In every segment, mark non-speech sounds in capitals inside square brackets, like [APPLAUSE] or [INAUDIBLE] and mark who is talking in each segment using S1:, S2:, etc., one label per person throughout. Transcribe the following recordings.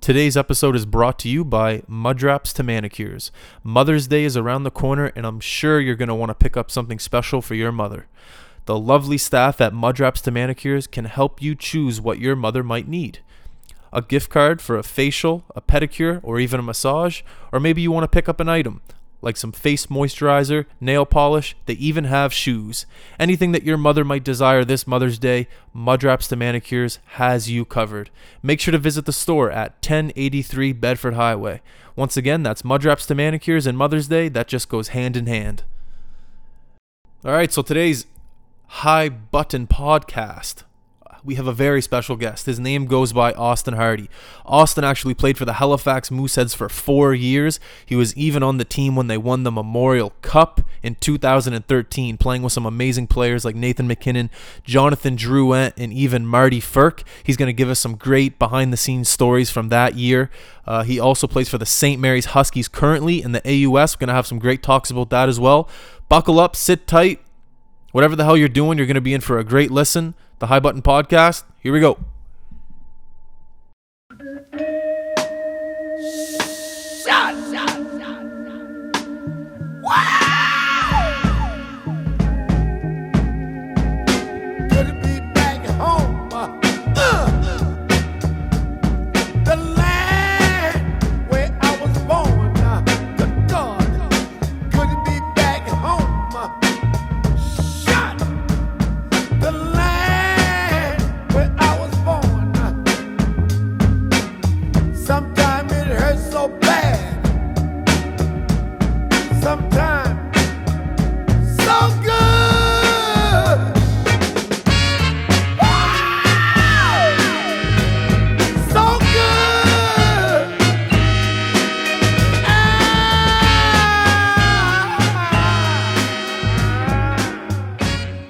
S1: Today's episode is brought to you by Muddrops to Manicures. Mother's Day is around the corner, and I'm sure you're going to want to pick up something special for your mother. The lovely staff at Muddrops to Manicures can help you choose what your mother might need. A gift card for a facial, a pedicure, or even a massage, or maybe you want to pick up an item like some face moisturizer, nail polish, they even have shoes. Anything that your mother might desire this Mother's Day, Mudraps to Manicures has you covered. Make sure to visit the store at 1083 Bedford Highway. Once again, that's Mudraps to Manicures and Mother's Day, that just goes hand in hand. All right, so today's High Button Podcast we have a very special guest. His name goes by Austin Hardy. Austin actually played for the Halifax Mooseheads for four years. He was even on the team when they won the Memorial Cup in 2013, playing with some amazing players like Nathan McKinnon, Jonathan Drouin, and even Marty Firk. He's going to give us some great behind the scenes stories from that year. Uh, he also plays for the St. Mary's Huskies currently in the AUS. We're going to have some great talks about that as well. Buckle up, sit tight. Whatever the hell you're doing, you're going to be in for a great listen. The High Button Podcast. Here we go.
S2: Good to be back home. Uh, uh, the land where I was born. Uh, good God. Good to be back home. Uh, shot. The land where I was born. Uh, sometimes it hurts so bad. Sometimes so good. So good.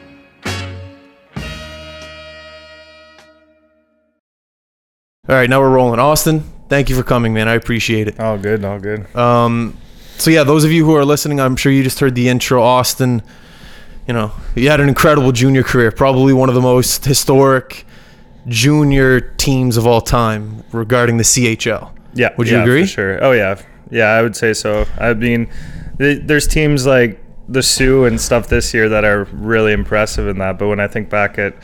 S2: Ah!
S1: All right, now we're rolling. Austin, thank you for coming, man. I appreciate it.
S3: All good, all good.
S1: Um, so yeah, those of you who are listening, I'm sure you just heard the intro. Austin, you know, he had an incredible junior career, probably one of the most historic junior teams of all time regarding the CHL.
S3: yeah,
S1: would you
S3: yeah,
S1: agree?
S3: For sure. Oh yeah, yeah. I would say so. I mean, th- there's teams like the Sioux and stuff this year that are really impressive in that. But when I think back at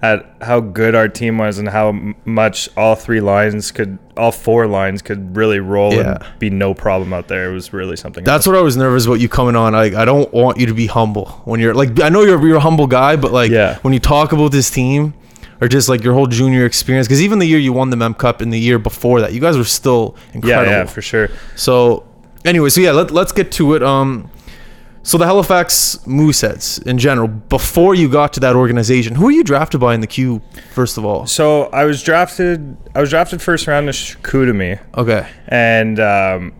S3: at how good our team was and how m- much all three lines could, all four lines could really roll
S1: Yeah.
S3: and be no problem out there, it was really something.
S1: That's what I was nervous about you coming on. I, I don't want you to be humble when you're like I know you're you're a humble guy, but like
S3: Yeah.
S1: when you talk about this team or just like your whole junior experience, because even the year you won the Mem Cup and the year before that, you guys were still
S3: yeah,
S1: incredible.
S3: yeah, for sure.
S1: So, anyway, so yeah, let, let's get to it. Um, so the Halifax Mooseheads in general. Before you got to that organization, who were you drafted by in the queue? First of all,
S3: So I was drafted. I was drafted first round to Chicoutimi.
S1: okay,
S3: and um,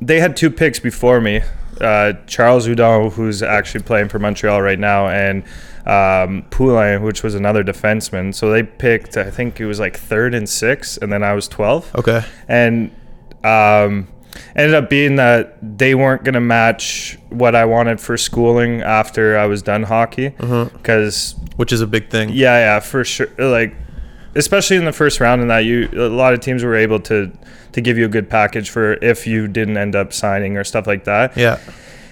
S3: they had two picks before me. Uh, Charles Houdon, who's actually playing for Montreal right now, and um, Poulin, which was another defenseman. So they picked, I think it was like third and sixth, and then I was 12.
S1: okay,
S3: And um, ended up being that they weren't going to match what I wanted for schooling after I was done hockey. Because
S1: which is a big thing.
S3: yeah, yeah, for sure. Like, especially in the first round, in that you a lot of teams were able to to give you a good package for if you didn't end up signing or stuff like that.
S1: yeah,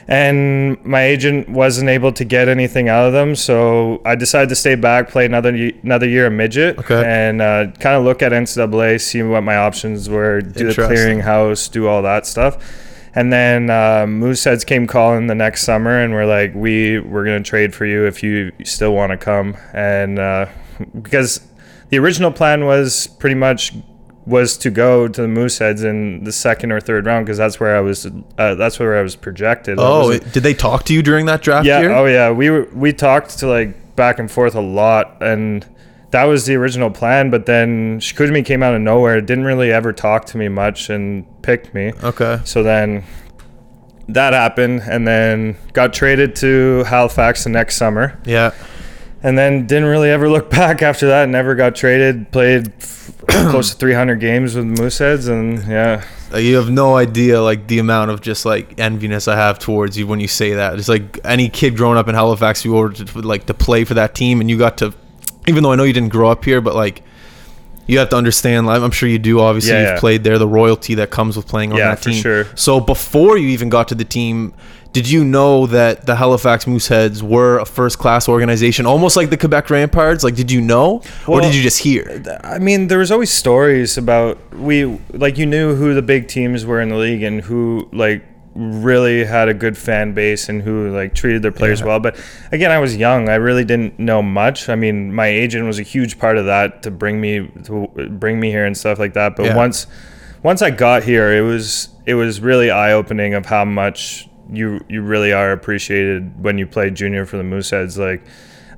S3: And my agent wasn't able to get anything out of them, so I decided to stay back, play another ye- another year of midget,
S1: Okay.
S3: and uh, kind of look at NCAA, see what my options were, do the
S1: Interesting.
S3: clearinghouse, do all that stuff. And then uh, Mooseheads came calling the next summer, and we're like, we we're gonna trade for you if you still want to come. And uh, because the original plan was pretty much was to go to the Mooseheads in the second or third round because that's where I was uh, that's where I was projected. I
S1: Oh,
S3: wasn't-
S1: it- did they talk to you during that draft
S3: yeah,
S1: year?
S3: oh yeah. We were we talked to like back and forth a lot, and that was the original plan. But then Shikudimi came out of nowhere. Didn't really ever talk to me much and picked me.
S1: Okay.
S3: So then that happened, and then got traded to Halifax the next summer,
S1: Yeah.
S3: and then didn't really ever look [LAUGHS] back after that. Never got traded. Played [CLEARS THROAT] f- close to 300 games with the Mooseheads, and yeah.
S1: Like, You have no idea, like the amount of just like enviness I have towards you when you say that. It's like any kid growing up in Halifax, you were to, like to play for that team, and you got to, even though I know you didn't grow up here, but like you have to understand. like, I'm sure you do. Obviously,
S3: Yeah,
S1: you've
S3: yeah.
S1: played there. The royalty that comes with playing on
S3: Yeah,
S1: that
S3: for
S1: team.
S3: sure.
S1: So before you even got to the team, did you know that the Halifax Mooseheads were a first-class organization, almost like the Quebec Ramparts? Like, did you know, or
S3: Well,
S1: did you just hear?
S3: I mean, there was always stories about we like you knew who the big teams were in the league and who like really had a good fan base and who like treated their players well. But again, I was young. I really didn't know much. I mean, my agent was a huge part of that to bring me to bring me here and stuff like that. But
S1: Yeah.
S3: once once I got here, it was it was really eye opening of how much you you really are appreciated when you play junior for the Mooseheads. Like,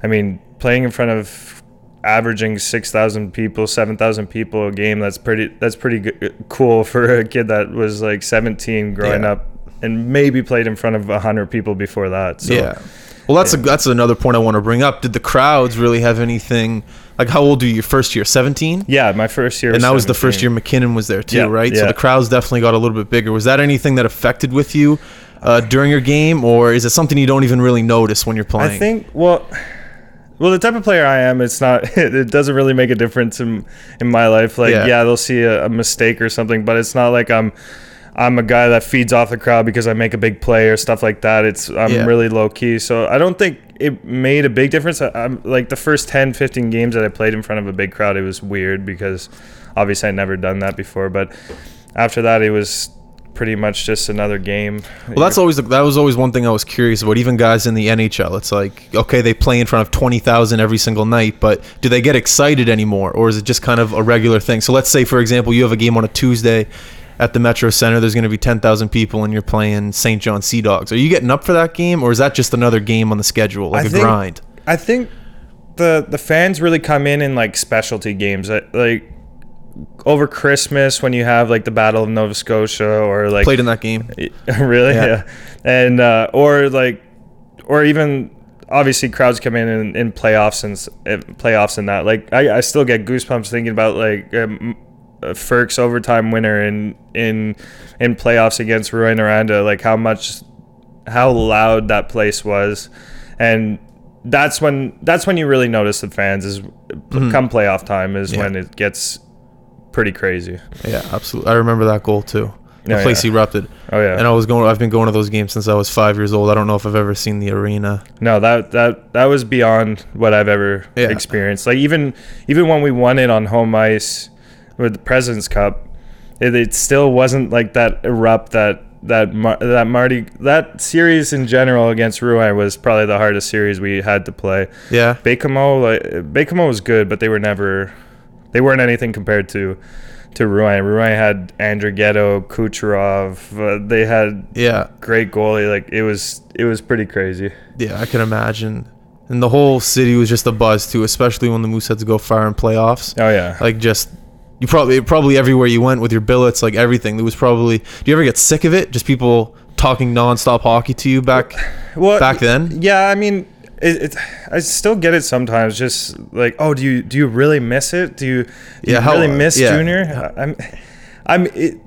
S3: I mean, playing in front of averaging six thousand people, seven thousand people a game. That's pretty. That's pretty g- cool for a kid that was like seventeen growing
S1: Yeah.
S3: up and maybe played in front of hundred people before that. So
S1: yeah. Well, that's a, that's another point I want to bring up. Did the crowds really have anything? Like, how old were you your first year? Seventeen.
S3: yeah, my first year.
S1: and that was the first
S3: 17.
S1: year McKinnon was there too,
S3: Yeah,
S1: right? So
S3: yeah.
S1: the crowds definitely got a little bit bigger. Was that anything that affected with you uh, during your game, or is it something you don't even really notice when you're playing?
S3: I think well, well, the type of player I am, it's not. [LAUGHS] It doesn't really make a difference in in my life. Like,
S1: Yeah.
S3: yeah, they'll see a, a mistake or something, but it's not like I'm. I'm a guy that feeds off the crowd because I make a big play or stuff like that. It's I'm
S1: Yeah.
S3: really low key. So I don't think it made a big difference. I, I'm like the first 10, 15 games that I played in front of a big crowd, it was weird because obviously I'd never done that before, but after that it was pretty much just another game.
S1: Well, that's always the, that was always one thing I was curious about. Even guys in the NHL, it's like okay, they play in front of twenty thousand every single night, but do they get excited anymore, or is it just kind of a regular thing? So let's say, for example, you have a game on a Tuesday at the Metro Center. There's going to be ten thousand people, and you're playing St. John Sea Dogs. Are you getting up for that game, or is that just another game on the schedule, like a
S3: I think-
S1: grind?
S3: I think the the fans really come in in like specialty games, Uh, like over Christmas when you have like the Battle of Nova Scotia or like
S1: Played in that game.
S3: [LAUGHS] really
S1: Yeah.
S3: yeah, and uh, or like or even obviously crowds come in in, in playoffs and s- eh, playoffs and that like I, I still get goosebumps thinking about like um, uh, Ferk's overtime winner in in in playoffs against Roy Aranda like how much how loud that place was and that's when that's when you really notice the fans is come playoff time is when it gets pretty crazy
S1: Yeah, absolutely. I remember that goal too. The
S3: Oh,
S1: place
S3: yeah.
S1: erupted.
S3: Oh, yeah.
S1: And I was going. I've been going to those games since I was five years old. I don't know if I've ever seen the arena.
S3: No, that that that was beyond what I've ever
S1: Yeah.
S3: experienced. Like even even when we won it on home ice with the Presidents Cup, it, it still wasn't like that erupt that that Mar- that Marty that series in general against Rouen was probably the hardest series we had to play.
S1: Yeah.
S3: Bakemo like Bakemo was good, but they were never they weren't anything compared to to Rouen. Rouen had Andrew Ghetto, Kucherov. Uh, they had
S1: Yeah.
S3: great goalie. Like it was it was pretty crazy.
S1: Yeah, I can imagine. And the whole city was just a buzz too, especially when the Mooseheads go far in playoffs.
S3: Oh yeah.
S1: Like just you probably probably everywhere you went with your billets, like everything. There was probably. Do you ever get sick of it? Just people talking nonstop hockey to you back.
S3: well,
S1: back then?
S3: Yeah, I mean, it, it, I still get it sometimes. Just like, oh, do you do you really miss it? Do you, do
S1: Yeah,
S3: you
S1: how-
S3: really miss
S1: yeah.
S3: junior? I- I'm, I'm. It,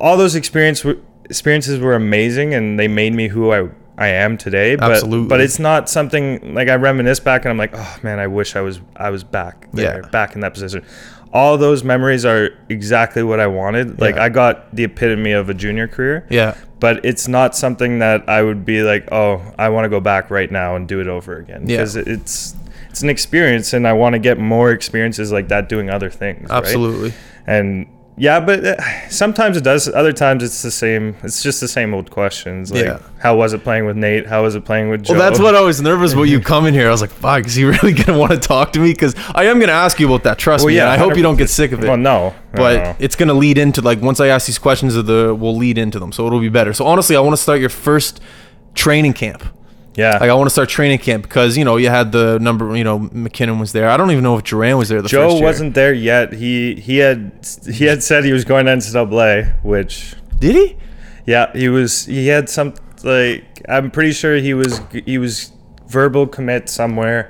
S3: all those experience w- experiences were amazing, and they made me who I I am today. But,
S1: Absolutely.
S3: But it's not something like I reminisce back, and I'm like, oh man, I wish I was I was back there,
S1: Yeah.
S3: back in that position. All those memories are exactly what I wanted. Like
S1: Yeah.
S3: I got the epitome of a junior career
S1: Yeah.
S3: but it's not something that I would be like, oh, I want to go back right now and do it over again.
S1: Yeah.
S3: Because it's it's an experience, and I want to get more experiences like that doing other things. right?
S1: Absolutely.
S3: And yeah, but uh, sometimes it does. Other times it's the same. It's just the same old questions. Like,
S1: Yeah.
S3: how was it playing with Nate? How was it playing with Joe?
S1: Well, that's what I was nervous
S3: [LAUGHS]
S1: about you coming here. I was like, fuck, is he [LAUGHS] really going to want to talk to me? Because I am going to ask you about that. Trust
S3: Well,
S1: me. and
S3: yeah,
S1: I hope you don't get sick of it.
S3: Well, no.
S1: but
S3: no.
S1: it's going to lead into like once I ask these questions of the we'll lead into them. So it'll be better. So honestly, I want to start your first training camp.
S3: yeah,
S1: Like I want to start training camp because you know you had the number. You know McKinnon was there. I don't even know if Duran was there. The
S3: Joe
S1: first year.
S3: wasn't there yet. He he had he had said he was going to NCAA, which
S1: Did he?
S3: Yeah, he was. He had some like I'm pretty sure he was he was verbal commit somewhere,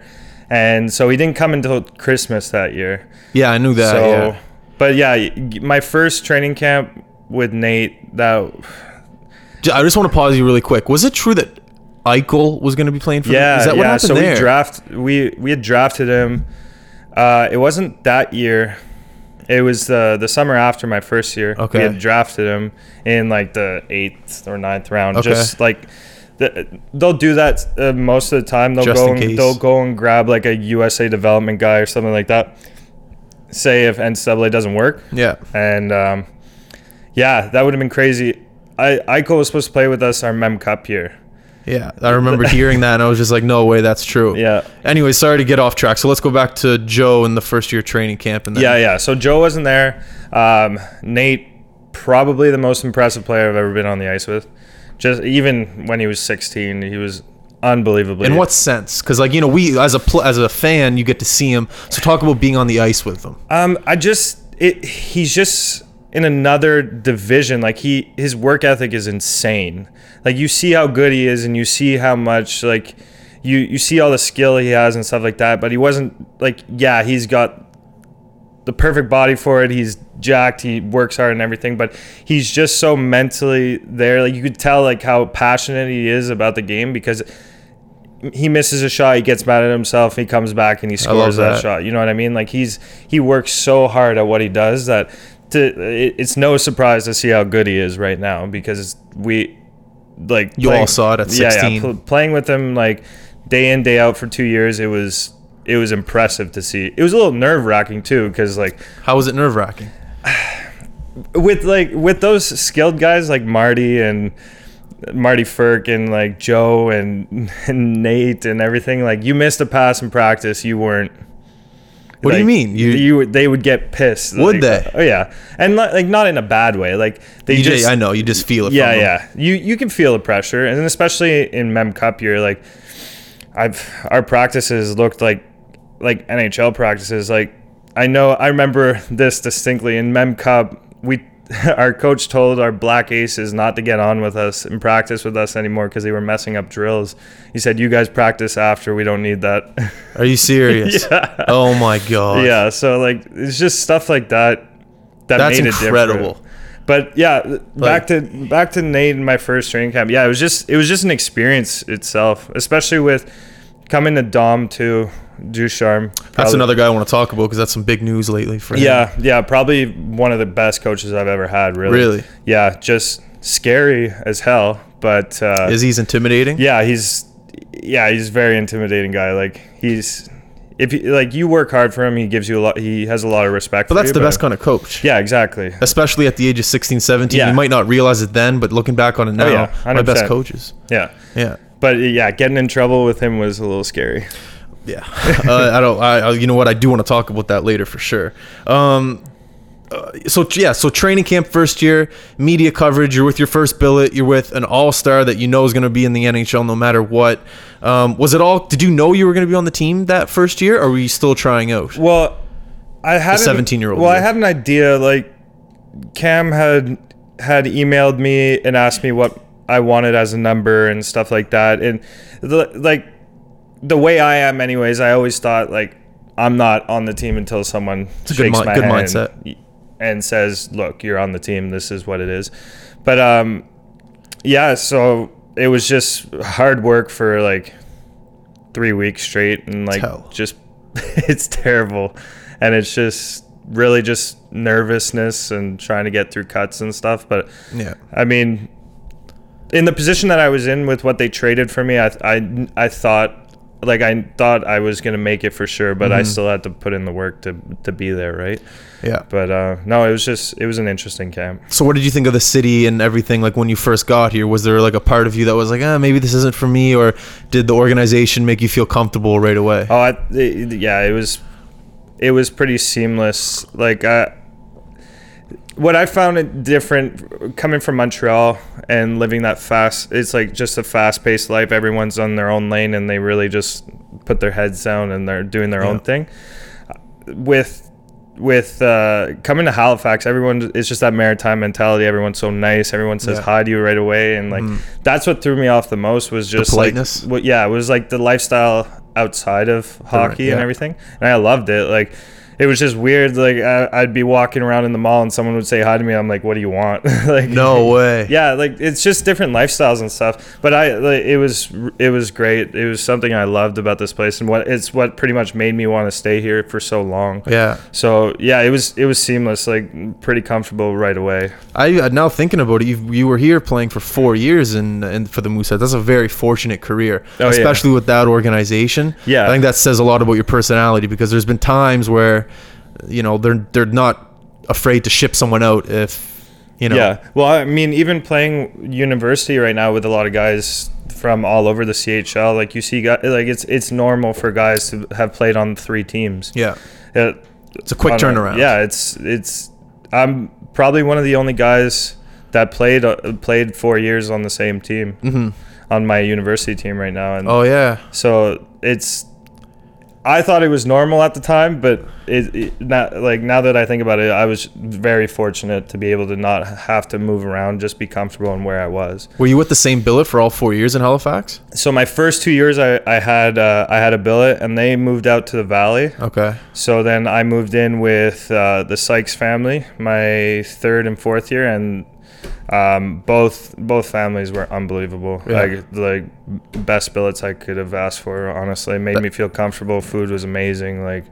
S3: and so he didn't come until Christmas that year.
S1: Yeah, I knew that.
S3: so,
S1: yeah.
S3: but yeah, y- my first training camp with Nate. That
S1: J- I just want to pause you really quick. Was it true that Eichel was going to be playing for? them?
S3: yeah
S1: Is that
S3: yeah.
S1: what happened
S3: so
S1: there?
S3: we draft we we had drafted him. Uh, it wasn't that year. It was the the summer after my first year.
S1: Okay.
S3: We had drafted him in like the eighth or ninth round.
S1: Okay.
S3: Just like the, they'll do that uh, most of the time. They'll
S1: Just
S3: go
S1: in
S3: and
S1: case.
S3: they'll go and grab like a USA development guy or something like that. Say if NCAA doesn't work,
S1: Yeah.
S3: and um, yeah, that would have been crazy. I Iko was supposed to play with us our Mem Cup year.
S1: Yeah. I
S3: [LAUGHS]
S1: remember hearing that and I was just like, no way, that's true.
S3: Yeah.
S1: Anyway, sorry to get off track. So let's go back to Joe in the first year training camp. And then,
S3: Yeah, yeah. So Joe wasn't there. Um, Nate, probably the most impressive player I've ever been on the ice with. Just even when he was 16, he was unbelievably.
S1: In what sense? Because like you know, we as a pl- as a fan, you get to see him. So talk about being on the ice with them.
S3: Um, I just it. He's just in another division. Like he, his work ethic is insane. Like you see how good he is, and you see how much like you you see all the skill he has and stuff like that. But he wasn't like yeah, he's got the perfect body for it. He's jacked. He works hard and everything, but he's just so mentally there. Like you could tell, like how passionate he is about the game because he misses a shot, he gets mad at himself, he comes back and he
S1: love
S3: scores that.
S1: that.
S3: shot. You know what I mean? Like he's he works so hard at what he does that to, it, it's no surprise to see how good he is right now because we like
S1: You all saw it at 16.
S3: pl- playing with him like day in day out for two years, it was it was impressive to see. It was a little nerve wracking too because like
S1: How was it nerve wracking?
S3: with like with those skilled guys like Marty and Marty Firk and like Joe and, [LAUGHS] and Nate and everything like you missed a pass in practice you weren't
S1: What do you
S3: like,
S1: mean? You,
S3: you, would- they would get pissed
S1: Would
S3: like,
S1: they?
S3: oh yeah and not, like not in a bad way like they
S1: you
S3: just
S1: just, I know you just feel it.
S3: yeah
S1: from them.
S3: yeah you you can feel the pressure and especially in Mem Cup you're like I've our practices looked like like NHL practices. Like I know I remember this distinctly in Mem Cup. We [LAUGHS] our coach told our black aces not to get on with us and practice with us anymore because they were messing up drills. He said, "You guys practice after. We don't need that." [LAUGHS]
S1: Are you serious? Oh my god.
S3: yeah. So like it's just stuff like that. That
S1: That's
S3: made It
S1: incredible.
S3: different. But yeah, back to back to Nate and my first training camp. Yeah, it was just it was just an experience itself, especially with coming to Dom too, Ducharme.
S1: That's
S3: probably-
S1: another guy I want to talk about because that's some big news lately for him.
S3: Yeah, yeah, probably one of the best coaches I've ever had. Really.
S1: Really?
S3: Yeah, just scary as hell. But uh,
S1: Is he's intimidating?
S3: yeah, he's yeah, he's a very intimidating guy. Like he's if he, like you work hard for him, he gives you a lot. He has a lot of respect.
S1: But
S3: for
S1: that's
S3: you,
S1: the best kind of coach.
S3: Yeah, exactly.
S1: Especially at the age of 16, 17.
S3: Yeah. Oh,
S1: You might not realize it then, but looking back on it now,
S3: yeah,
S1: my best
S3: 100%.
S1: coaches.
S3: Yeah.
S1: Yeah.
S3: But yeah, getting in trouble with him was a little scary.
S1: Yeah, [LAUGHS] uh, I don't. I, I you know what? I do want to talk about that later for sure. Um, uh, so yeah, so training camp first year, media coverage. You're with your first billet. You're with an all star that you know is going to be in the NHL no matter what. Um, was it all? Did you know you were going to be on the team that first year, or were you still trying out?
S3: Well, I had an-
S1: 17-year-old
S3: Well, I
S1: year.
S3: had an idea. Like Cam had had emailed me and asked me what I wanted as a number and stuff like that. And the, like the way I am, anyways, I always thought like I'm not on the team until someone
S1: a good
S3: shakes
S1: mi-
S3: my
S1: good
S3: hand
S1: mindset.
S3: and says, "Look, you're on the team. This is what it is." But um, yeah. So it was just hard work for like three weeks straight, and like
S1: Tell.
S3: just [LAUGHS] it's terrible, and it's just really just nervousness and trying to get through cuts and stuff. But
S1: Yeah,
S3: I mean, in the position that I was in with what they traded for me, I I, I thought like I thought I was gonna make it for sure, but I still had to put in the work to to be there, right?
S1: yeah.
S3: But uh, no, it was just it was an interesting camp.
S1: So what did you think of the city and everything? Like when you first got here, was there like a part of you that was like, ah, maybe this isn't for me, or did the organization make you feel comfortable right away?
S3: Oh, I, it, yeah, it was it was pretty seamless. Like I. What I found it different coming from Montreal and living that fast, it's like just a fast paced life. Everyone's on their own lane and they really just put their heads down and they're doing their own
S1: Yeah.
S3: thing. with with uh, coming to Halifax, everyone it's just that maritime mentality. Everyone's so nice. Everyone says
S1: Yeah. Mm-hmm.
S3: hi to you right away, and like that's what threw me off the most was just
S1: politeness?
S3: Like, what, yeah, it was like the lifestyle outside of hockey
S1: yeah.
S3: and everything, and I loved it. Like it was just weird. Like I, I'd be walking around in the mall and someone would say hi to me. I'm like, what do you want? [LAUGHS] like
S1: No way.
S3: yeah like it's just different lifestyles and stuff but i like, it was it was great it was something i loved about this place and what it's what pretty much made me want to stay here for so long
S1: Yeah.
S3: so yeah it was it was seamless like pretty comfortable right away
S1: I uh, now thinking about it, you you were here playing for four years and and for the Mooseheads. That's a very fortunate career,
S3: Oh, yeah.
S1: especially with that organization.
S3: Yeah.
S1: I think that says a lot about your personality because there's been times where, you know, they're they're not afraid to ship someone out if, you know,
S3: yeah well i mean even playing university right now with a lot of guys from all over the chl like you see guys like it's it's normal for guys to have played on three teams
S1: yeah,
S3: It-
S1: it's a quick
S3: on a-
S1: turnaround.
S3: yeah, it's it's. I'm probably one of the only guys that played uh, played four years on the same team on my university team right now, and
S1: Mm-hmm. Oh yeah.
S3: so it's. I thought it was normal at the time, but it, it not like now that I think about it, I was very fortunate to be able to not have to move around, just be comfortable in where I was
S1: Were you with the same billet for all four years in Halifax?
S3: so my first two years I, I had uh, I had a billet and they moved out to the valley.
S1: Okay.
S3: So then I moved in with uh, the Sykes family my third and fourth year and um, both both families were unbelievable. Like like best billets I could have asked for honestly. Made me feel comfortable. Food was amazing. Like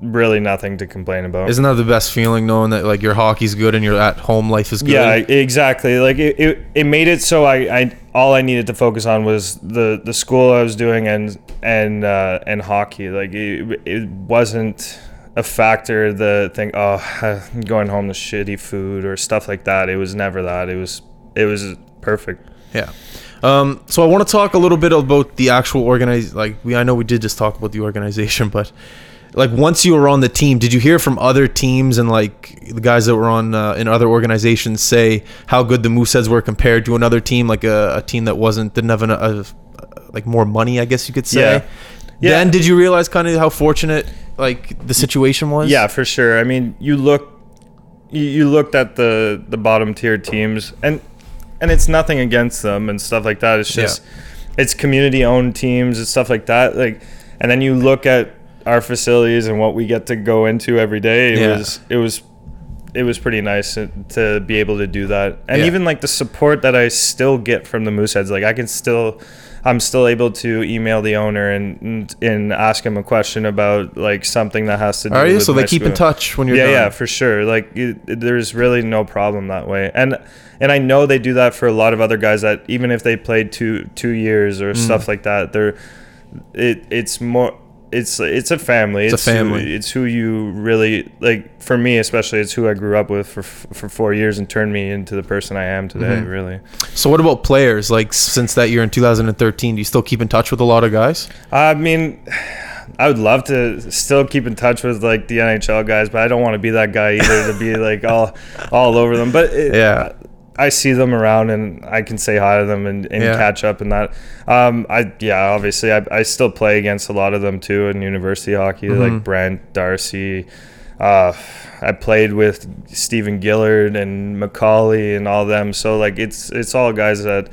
S3: really nothing to complain about.
S1: Isn't that the best feeling knowing that like your hockey's good and your at home life is good?
S3: Yeah, I- exactly. Like it, it, it made it so I, I all I needed to focus on was the, the school I was doing and and uh, and hockey. Like it, it wasn't a factor. The thing, oh, [SIGHS] going home to shitty food or stuff like that. It was never that. It was it was perfect.
S1: Yeah. Um, so I want to talk a little bit about the actual organize. Like we, I know we did just talk about the organization, [LAUGHS] but like once you were on the team, did you hear from other teams and like the guys that were on uh, in other organizations say how good the Mooseheads were compared to another team, like a, a team that wasn't didn't have an, a, like more money, I guess you could say.
S3: Yeah. Yeah.
S1: Then did you realize kind of how fortunate like the situation was?
S3: Yeah, for sure. I mean, you look, you, you looked at the the bottom tier teams, and and it's nothing against them and stuff like that. It's just, it's community owned teams and stuff like that. Like, and then you look at our facilities and what we get to go into every day. It
S1: Yeah.
S3: was it was it was pretty nice to- to be able to do that. And
S1: Yeah.
S3: even like the support that I still get from the Mooseheads, like I can still, I'm still able to email the owner and and, and ask him a question about like something that has to do.
S1: Are you?
S3: with
S1: So they
S3: my
S1: keep in
S3: school.
S1: touch when you're
S3: Yeah,
S1: done.
S3: yeah, for sure. Like it, there's really no problem that way. And and I know they do that for a lot of other guys that even if they played two two years
S1: Mm.
S3: or stuff like that, they're it it's more it's it's a family. It's,
S1: a
S3: who-
S1: family.
S3: it's who you really like. For me, especially, it's who I grew up with for for four years and turned me into the person I am today.
S1: Mm-hmm.
S3: Really,
S1: So what about players? Like since that year in 2013, do you still keep in touch with a lot of guys?
S3: I mean, I would love to still keep in touch with like the NHL guys, but I don't want to be that guy either to be like all all over them. But it,
S1: Yeah.
S3: I see them around and I can say hi to them and, and
S1: Yeah.
S3: catch up and that. Um, I yeah, obviously I, I still play against a lot of them too in university hockey,
S1: Mm-hmm.
S3: like Brent Darcy. Uh, I played with Stephen Gillard and Macaulay and all them. So like it's it's all guys that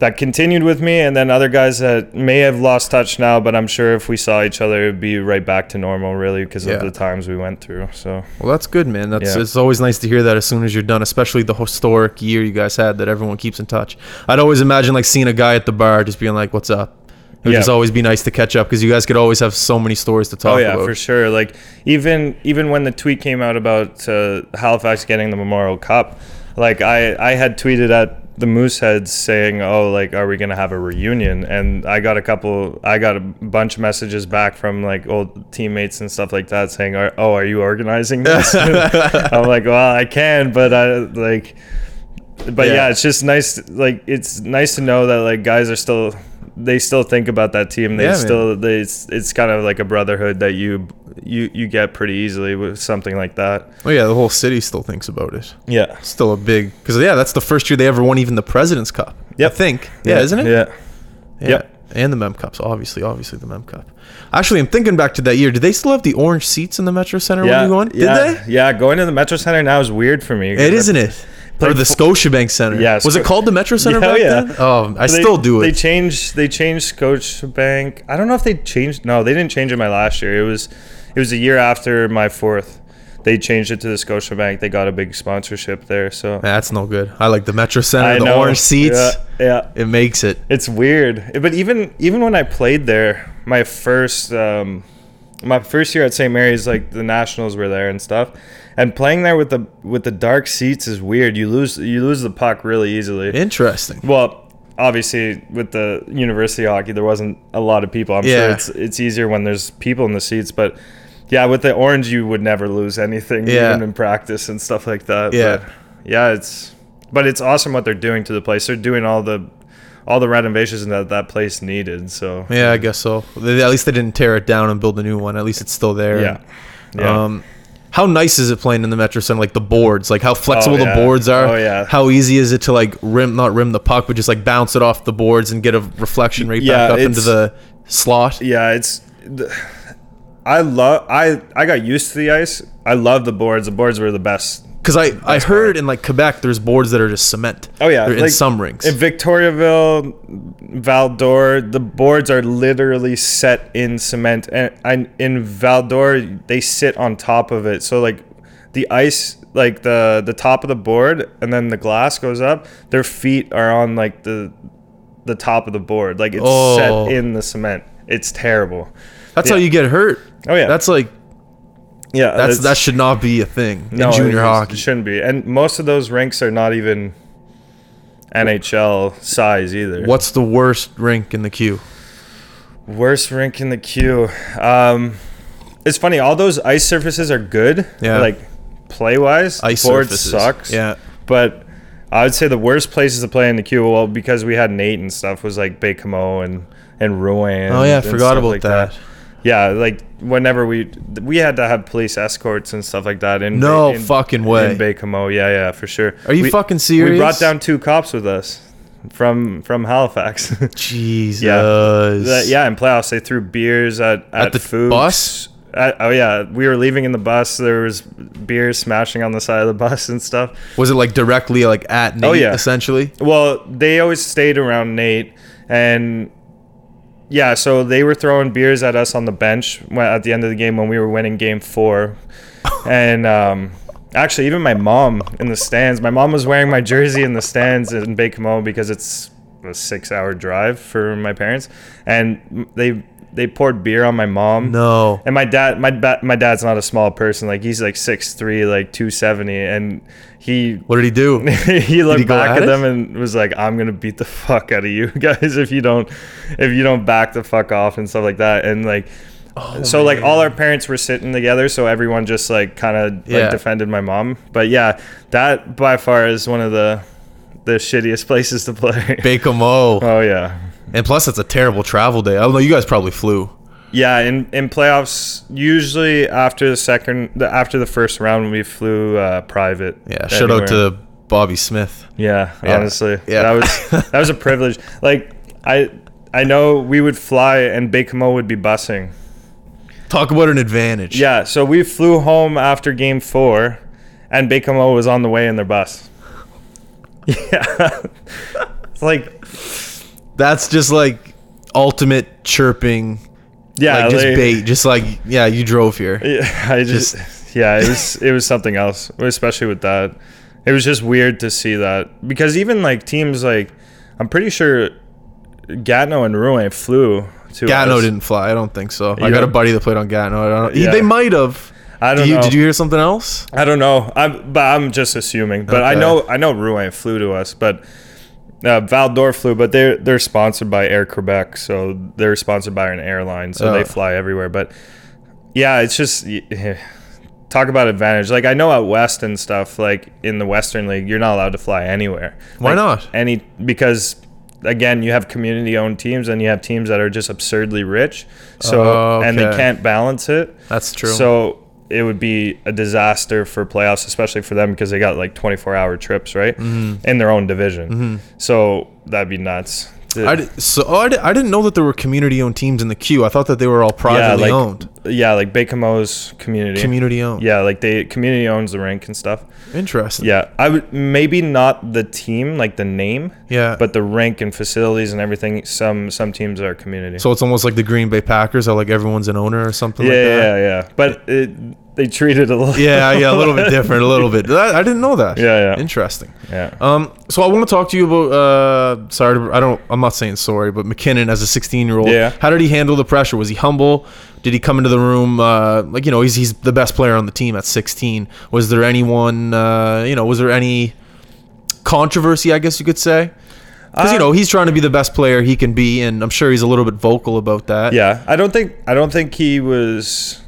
S3: that continued with me, and then other guys that may have lost touch now, but I'm sure if we saw each other, it'd be right back to normal, really, because
S1: Yeah.
S3: of the times we went through. So
S1: Well, that's good, man. That's
S3: Yeah.
S1: it's always nice to hear that as soon as you're done, especially the historic year you guys had that everyone keeps in touch. I'd always imagine like seeing a guy at the bar just being like, "What's up?" It would
S3: Yeah.
S1: just always be nice to catch up because you guys could always have so many stories to talk
S3: Oh yeah,
S1: about.
S3: for sure. Like even even when the tweet came out about uh, Halifax getting the Memorial Cup, like I I had tweeted at the Mooseheads saying, "Oh, like are we gonna have a reunion?" And I got a couple, I got a bunch of messages back from like old teammates and stuff like that saying, "Are- "Oh, are you organizing
S1: [LAUGHS]
S3: this?" [LAUGHS] I'm like, "Well, I can, but I like." but
S1: Yeah.
S3: yeah. it's just nice like it's nice to know that like guys are still they still think about that team they
S1: Yeah, man.
S3: still they it's, it's kind of like a brotherhood that you you you get pretty easily with something like that
S1: Oh yeah, the whole city still thinks about it.
S3: yeah
S1: Still a big because yeah, that's the first year they ever won even the President's Cup.
S3: Yep.
S1: I think. Yeah, isn't it?
S3: yeah
S1: Yeah.
S3: Yep.
S1: And the Mem Cups, obviously, obviously the Mem Cup. Actually, I'm thinking back to that year. Did they still have the orange seats in the Metro Center
S3: yeah,
S1: when you went? Did
S3: yeah,
S1: they?
S3: yeah going to the metro center now is weird for me
S1: It isn't it. Or
S3: Played
S1: the
S3: fo-
S1: Scotiabank Center.
S3: Yeah,
S1: Was it
S3: Sco-
S1: called the Metro Center
S3: Yeah,
S1: back
S3: yeah.
S1: then? Oh, I
S3: They-
S1: still do
S3: They
S1: it.
S3: changed. They changed Scotiabank. I don't know if they changed. No, they didn't change it my last year. It was It was a year after my fourth. They changed it to the Scotiabank. They got a big sponsorship there. So
S1: That's no good. I like the Metro Center,
S3: I
S1: the
S3: know.
S1: orange seats.
S3: Yeah, yeah.
S1: It makes it.
S3: It's weird, but even even when I played there, my first um, my first year at St. Mary's, like the Nationals were there and stuff, and playing there with the with the dark seats is weird. You lose you lose the puck really easily.
S1: Interesting.
S3: Well, obviously with the university hockey, there wasn't a lot of people. I'm sure
S1: Yeah.
S3: it's it's easier when there's people in the seats, but yeah, with the orange, you would never lose anything,
S1: Yeah.
S3: even in practice and stuff like that.
S1: Yeah.
S3: but, yeah, it's but it's awesome what they're doing to the place. They're doing all the all the renovations that that place needed. So
S1: Yeah, I guess so. They- At least they didn't tear it down and build a new one. At least it's still there.
S3: yeah, yeah.
S1: Um, how nice is it playing in the Metro Center? Like the boards, like how flexible
S3: yeah.
S1: the boards are.
S3: Oh, yeah.
S1: How easy is it to like rim, not rim the puck, but just like bounce it off the boards and get a reflection right
S3: Yeah,
S1: back up into
S3: it's-
S1: the slot?
S3: yeah it's th- i love i i got used to the ice i love the boards the boards were the best
S1: Because I, I heard in like Quebec, there's boards that are just cement.
S3: oh yeah
S1: They're in
S3: like,
S1: some rings.
S3: in victoriaville val d'or the boards are literally set in cement and I, in val d'or they sit on top of it so like the ice like the the top of the board and then the glass goes up their feet are on like the the top of the board like it's
S1: Oh.
S3: set in the cement it's terrible
S1: That's how
S3: yeah.
S1: you get hurt.
S3: Oh, yeah.
S1: That's like
S3: yeah
S1: that's
S3: it's-
S1: that should not be a thing in junior
S3: it-
S1: hockey.
S3: It shouldn't be. And most of those rinks are not even NHL size either.
S1: What's the worst rink in the queue?
S3: worst rink in the queue? Um, it's funny. All those ice surfaces are good.
S1: Yeah.
S3: Like play wise,
S1: Ice
S3: board
S1: surfaces.
S3: sucks.
S1: Yeah.
S3: But I would say the worst places to play in the queue, well, because we had Nate and stuff, was like Baycomo and and Rouen.
S1: Oh, yeah, I
S3: and
S1: forgot
S3: stuff
S1: about that.
S3: Yeah, like whenever we we had to have police escorts and stuff like that. In
S1: No
S3: in-
S1: fucking way.
S3: In Baycomo, yeah, yeah, for sure.
S1: Are you fucking
S3: We
S1: serious?
S3: brought down two cops with us from from Halifax. [LAUGHS]
S1: Jesus.
S3: Yeah. That- yeah, in playoffs they threw beers at at,
S1: the
S3: Fuchs.
S1: bus?
S3: At- oh yeah, we were leaving in the bus. There was beer smashing on the side of the [LAUGHS] bus and stuff.
S1: Was it like directly like at Nate,
S3: Oh, yeah.
S1: essentially?
S3: Well, they always stayed around Nate, and yeah, so they were throwing beers at us on the bench when, at the end of the game when we were winning Game Four, and um, actually even my mom in the stands. My mom was wearing my jersey in the stands in Bakemoe because it's a six-hour drive for my parents, and they they poured beer on my mom.
S1: No.
S3: And my dad, my ba- my dad's not a small person. Like he's like 6'3", like two seventy, and he
S1: What did he
S3: [LAUGHS]
S1: do?
S3: he looked
S1: he go
S3: back
S1: at
S3: at
S1: it?
S3: them and was like, "I'm gonna beat the fuck out of you [LAUGHS] guys if you don't, if you don't back the fuck off and stuff like that." And like,
S1: Oh,
S3: so like all our parents were sitting together, so everyone just like kind of
S1: Yeah.
S3: like defended my mom. But yeah, that by far is one of the the shittiest [LAUGHS] places to play.
S1: Bakemo.
S3: oh yeah,
S1: And plus, that's a terrible travel day. I don't know. You guys probably flew.
S3: yeah. In in playoffs, usually after the second, the, after the first round, we flew uh, private.
S1: Yeah. Shout out
S3: everywhere.
S1: to Bobby Smith.
S3: Yeah, honestly,
S1: Yeah.
S3: that
S1: [LAUGHS]
S3: was that was a privilege. Like I I know we would fly and Bakemo would be busing.
S1: Talk about an advantage.
S3: Yeah, so we flew home after game four, and Bakemo was on the way in their bus. [LAUGHS] Yeah, [LAUGHS] It's like
S1: That's just like ultimate chirping.
S3: yeah,
S1: like just
S3: like-
S1: bait. Just like, yeah, you drove here.
S3: [LAUGHS] Yeah, I just, yeah, it was it was something else, especially with that. It was just weird to see that because even like teams like I'm pretty sure Gatineau and Rouen flew to
S1: Gatineau
S3: us.
S1: didn't fly. I don't think so. I
S3: You
S1: got a
S3: don't-
S1: buddy that played on Gatineau. I don't know.
S3: Yeah.
S1: They might have.
S3: I
S1: Do
S3: don't
S1: you,
S3: know.
S1: Did you hear something else?
S3: I don't know. I'm, but I'm just assuming. But I
S1: Okay.
S3: know I know Rouen flew to us, but uh, Val d'Or flew. But they're they're sponsored by Air Quebec, so they're sponsored by an airline, so
S1: Oh.
S3: they fly everywhere. But yeah, it's just y- [SIGHS] talk about advantage. Like I know at West and stuff, like in the Western League, you're not allowed to fly anywhere.
S1: Why
S3: Like,
S1: not?
S3: Any because again, you have community-owned teams and you have teams that are just absurdly rich, so
S1: Oh,
S3: and they
S1: okay.
S3: can't balance it.
S1: That's true.
S3: So it would be a disaster for playoffs, especially for them because they got like 24 hour trips, right?
S1: Mm-hmm.
S3: In their own division. So that'd be nuts.
S1: I di- so oh, I, di- I didn't know that there were community owned teams in the queue. I thought that they were all privately
S3: like,
S1: owned.
S3: yeah, like Bakemo's community.
S1: Community owned.
S3: Yeah, like they community owns the rink and stuff.
S1: Interesting.
S3: Yeah, I would maybe not the team, like the name,
S1: Yeah.
S3: but the rink and facilities and everything. Some some teams are community.
S1: So it's almost like the Green Bay Packers are like everyone's an owner or something
S3: yeah,
S1: like
S3: yeah,
S1: that.
S3: yeah, yeah. But it, they treat it a little.
S1: Yeah, yeah, a little
S3: [LAUGHS]
S1: bit different, a little bit. That- I didn't know that.
S3: Yeah, yeah.
S1: Interesting.
S3: Yeah.
S1: Um, so I want to talk to you about. Uh, sorry, to- I don't. I'm not saying sorry, but McKinnon as a 16 year old.
S3: Yeah.
S1: How did he handle the pressure? Was he humble? Did he come into the room uh, like you know he's he's the best player on the team at 16? Was there anyone uh, you know? Was there any controversy? I guess you could say. Because you
S3: Uh,
S1: know he's trying to be the best player he can be, and I'm sure he's a little bit vocal about that.
S3: Yeah, I don't think I don't think he was.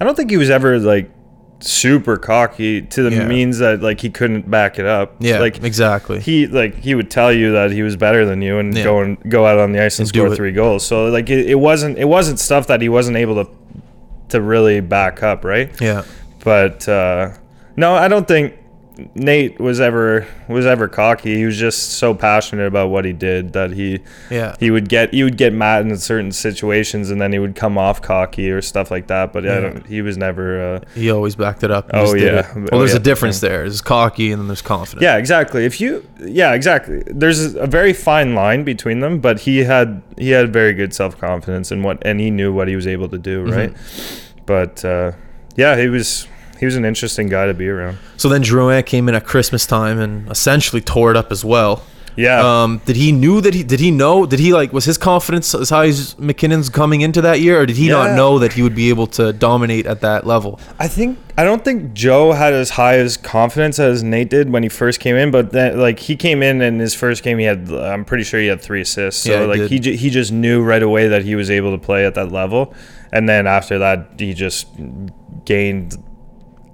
S3: I don't think he was ever like super cocky to the
S1: Yeah.
S3: means that like he couldn't back it up.
S1: Yeah,
S3: like
S1: exactly.
S3: He like he would tell you that he was better than you and
S1: Yeah.
S3: go and go out on the ice and,
S1: do
S3: score
S1: it.
S3: three goals. So like it, it wasn't it wasn't stuff that he wasn't able to to really back up, right?
S1: yeah.
S3: But uh, no, I don't think Nate was ever was ever cocky. He was just so passionate about what he did that he
S1: Yeah.
S3: he would get he would get mad in certain situations and then he would come off cocky or stuff like that. But I don't, he was never. Uh,
S1: He always backed it up. and
S3: Oh,
S1: just did
S3: yeah.
S1: it. Well,
S3: Oh,
S1: there's
S3: yeah.
S1: a difference there. There's cocky and then there's confident.
S3: yeah, exactly. If you yeah exactly, there's a very fine line between them. But he had he had very good self confidence and what and he knew what he was able to do, right? But uh, yeah, he was he was an interesting guy to be around.
S1: So then Drouin came in at Christmas time and essentially tore it up as well.
S3: Yeah.
S1: Um, did he knew that he did he know did he like was his confidence as high as McKinnon's coming into that year or did he
S3: Yeah.
S1: not know that he would be able to dominate at that level?
S3: I think I don't think Joe had as high as confidence as Nate did when he first came in, but then like he came in and his first game he had I'm pretty sure he had three assists. So
S1: Yeah, he
S3: like
S1: did.
S3: he ju- he just knew right away that he was able to play at that level, and then after that he just gained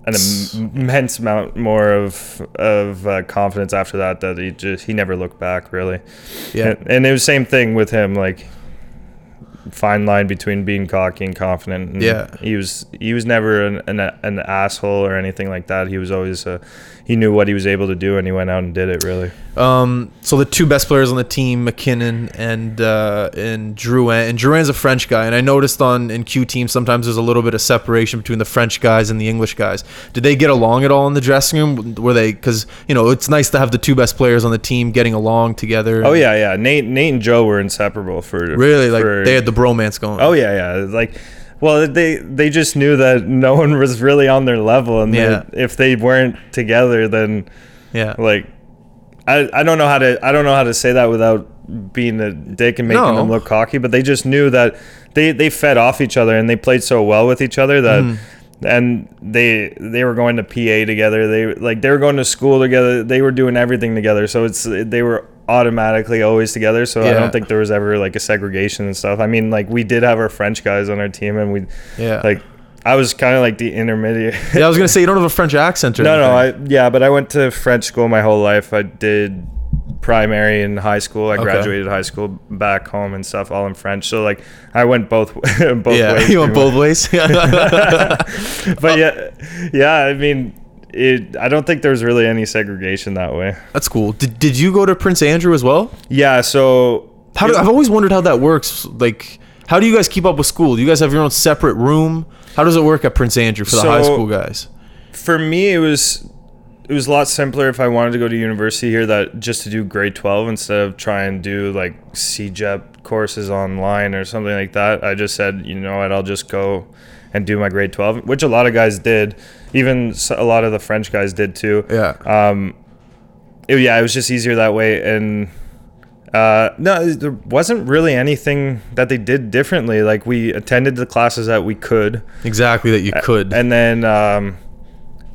S3: an im- immense amount more of of uh, confidence after that that he just he never looked back really.
S1: Yeah.
S3: And, and it was same thing with him like fine line between being cocky and confident. And
S1: Yeah.
S3: he was he was never an, an an asshole or anything like that. He was always uh, he knew what he was able to do, and he went out and did it. Really,
S1: Um, so the two best players on the team, McKinnon and uh, and Drouin. And Drouin's a French guy, and I noticed on in Q team sometimes there's a little bit of separation between the French guys and the English guys. Did they get along at all in the dressing room? Were they because you know it's nice to have the two best players on the team getting along together?
S3: oh yeah, yeah. Nate Nate and Joe were inseparable for
S1: really? Like
S3: for-
S1: they had the bromance going.
S3: oh yeah yeah like. Well, they they just knew that no one was really on their level, and
S1: Yeah.
S3: that if they weren't together, then
S1: yeah.
S3: [LAUGHS] like I, I don't know how to I don't know how to say that without being a dick and making
S1: No.
S3: them look cocky, but they just knew that they they fed off each other and they played so well with each other that
S1: Mm.
S3: and they they were going to PA together. They like they were going to school together. They were doing everything together. So it's they were automatically always together. So I
S1: Yeah.
S3: don't think there was ever like a segregation and stuff. I mean, like we did have our French guys on our team and we
S1: Yeah.
S3: like I was kind of like the intermediate. [LAUGHS]
S1: yeah, I was gonna say you don't have a French accent or
S3: No,
S1: anything.
S3: no, I yeah, but I went to French school my whole life. I did primary and high school. I graduated high school back home and stuff, all in French. So like, I went both [LAUGHS] both
S1: yeah, [LAUGHS]
S3: ways.
S1: you went
S3: pretty
S1: both ways. [LAUGHS]
S3: much. But yeah, yeah. I mean, it. I don't think there's really any segregation that way.
S1: That's cool. Did, did you go to Prince Andrew as well?
S3: Yeah. So
S1: How do, I've always wondered how that works. Like, how do you guys keep up with school? Do you guys have your own separate room? How does it work at Prince Andrew for the high
S3: So-
S1: school guys?
S3: for me, it was. It was a lot simpler if I wanted to go to university here that just to do grade 12 instead of try and do like CJEP courses online or something like that. I just said, you know what, I'll just go and do my grade 12, which a lot of guys did. Even s- a lot of the French guys did too.
S1: Yeah.
S3: It- yeah, it was just easier that way. And uh, no, there wasn't really anything that they did differently. Like we attended the classes that we could.
S1: exactly that you could.
S3: And then um,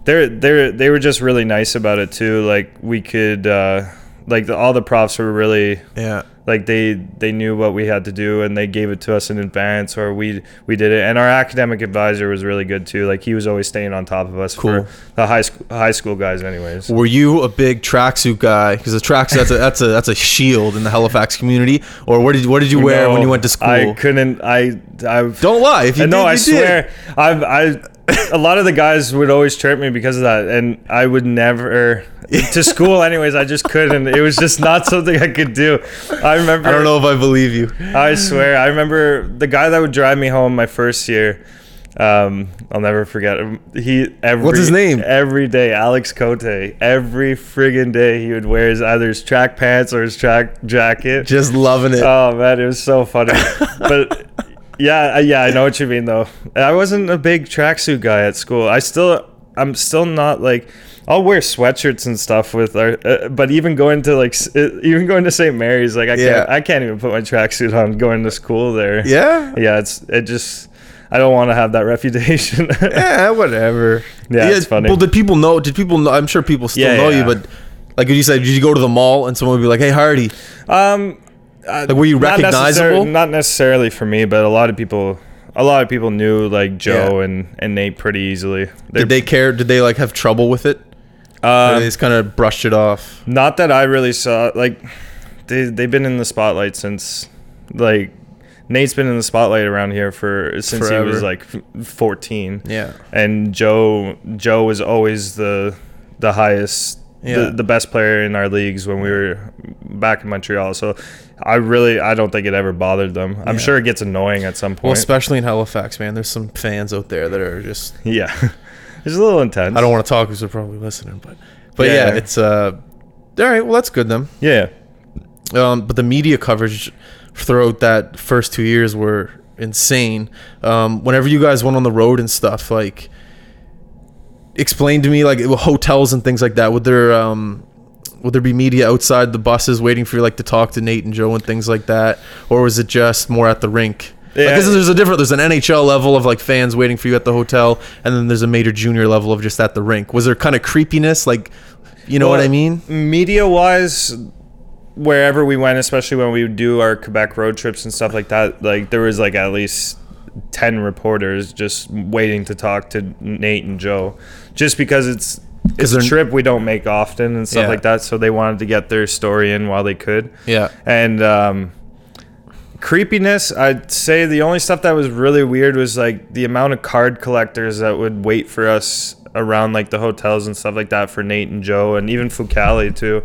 S3: they're they they were just really nice about it too. Like we could uh, like the, all the profs were really
S1: yeah.
S3: like they they knew what we had to do and they gave it to us in advance or we we did it. And our academic advisor was really good too. Like he was always staying on top of us
S1: Cool.
S3: for the high school high school guys anyways.
S1: Were you a big tracksuit guy? Because the tracksuit that's a that's a that's a shield in the Halifax community. Or what did what did you wear when
S3: No,
S1: you went to school?
S3: I couldn't I I
S1: Don't lie. If you
S3: And no,
S1: did,
S3: I
S1: you did.
S3: swear, I've I. A lot of the guys would always chirp me because of that, and I would never.
S1: [LAUGHS]
S3: to school anyways. I just couldn't. It was just not something I could do. I remember.
S1: I don't know if I believe you.
S3: I swear. I remember the guy that would drive me home my first year. Um, I'll never forget. him. He every
S1: What's his name?
S3: Every day, Alex Cote. Every friggin' day, he would wear his either his track pants or his track jacket.
S1: Just loving it.
S3: Oh man, it was so funny.
S1: [LAUGHS]
S3: but yeah, I- yeah, I know what you mean though. I wasn't a big tracksuit guy at school. I still, I'm still not like. I'll wear sweatshirts and stuff with our, uh, but even going to like, s- uh, even going to St. Mary's, like I
S1: Yeah.
S3: can't, I can't even put my tracksuit on going to school there.
S1: yeah.
S3: yeah, it's it just, I don't want to have that [LAUGHS] reputation.
S1: Yeah, whatever.
S3: Yeah, it's funny.
S1: Well, did people know? Did people know? I'm sure people still
S3: Yeah,
S1: know
S3: yeah.
S1: you, but like you said, did you go to the mall and someone would be like, "Hey, Hardy"?
S3: um, uh,
S1: Like, were you
S3: not necessar-
S1: recognizable?
S3: Not necessarily for me, but a lot of people, a lot of people knew like Joe
S1: Yeah.
S3: and and Nate pretty easily. They're
S1: Did they care? Did they like have trouble with it?
S3: Um,
S1: Or they just kind of brushed it off.
S3: Not that I really saw. Like, they they've been in the spotlight since, like, Nate's been in the spotlight around here for since he
S1: Forever.
S3: was like f- fourteen.
S1: Yeah.
S3: And Joe Joe was always the the highest.
S1: Yeah.
S3: The, the best player in our leagues when we were back in Montreal. So I really I don't think it ever bothered them. I'm
S1: Yeah.
S3: sure it gets annoying at some
S1: Well,
S3: point.
S1: especially in Halifax, man. There's some fans out there that are just.
S3: [LAUGHS] yeah. [LAUGHS] it's a little intense.
S1: I don't want to talk because they're probably listening, but but yeah,
S3: Yeah.
S1: it's uh, all right. Well, that's good then.
S3: Yeah.
S1: Um, but the media coverage throughout that first two years were insane. Um, whenever you guys went on the road and stuff, like, explain to me like hotels and things like that. Would there um, would there be media outside the buses waiting for you like to talk to Nate and Joe and things like that, or was it just more at the rink? Like,
S3: Yeah.
S1: 'cause there's a different. There's an NHL level of like fans waiting for you at the hotel, and then there's a major junior level of just at the rink. Was there kind of creepiness, like, you know what I mean?
S3: Media wise, wherever we went, especially when we would do our Quebec road trips and stuff like that, like there was like at least ten reporters just waiting to talk to Nate and Joe, just because it's it's a
S1: they're-
S3: trip we don't make often and stuff
S1: Yeah.
S3: like that. So they wanted to get their story in while they could.
S1: Yeah.
S3: and um, creepiness i'd say the only stuff that was really weird was like the amount of card collectors that would wait for us around like the hotels and stuff like that for nate and joe and even fucali too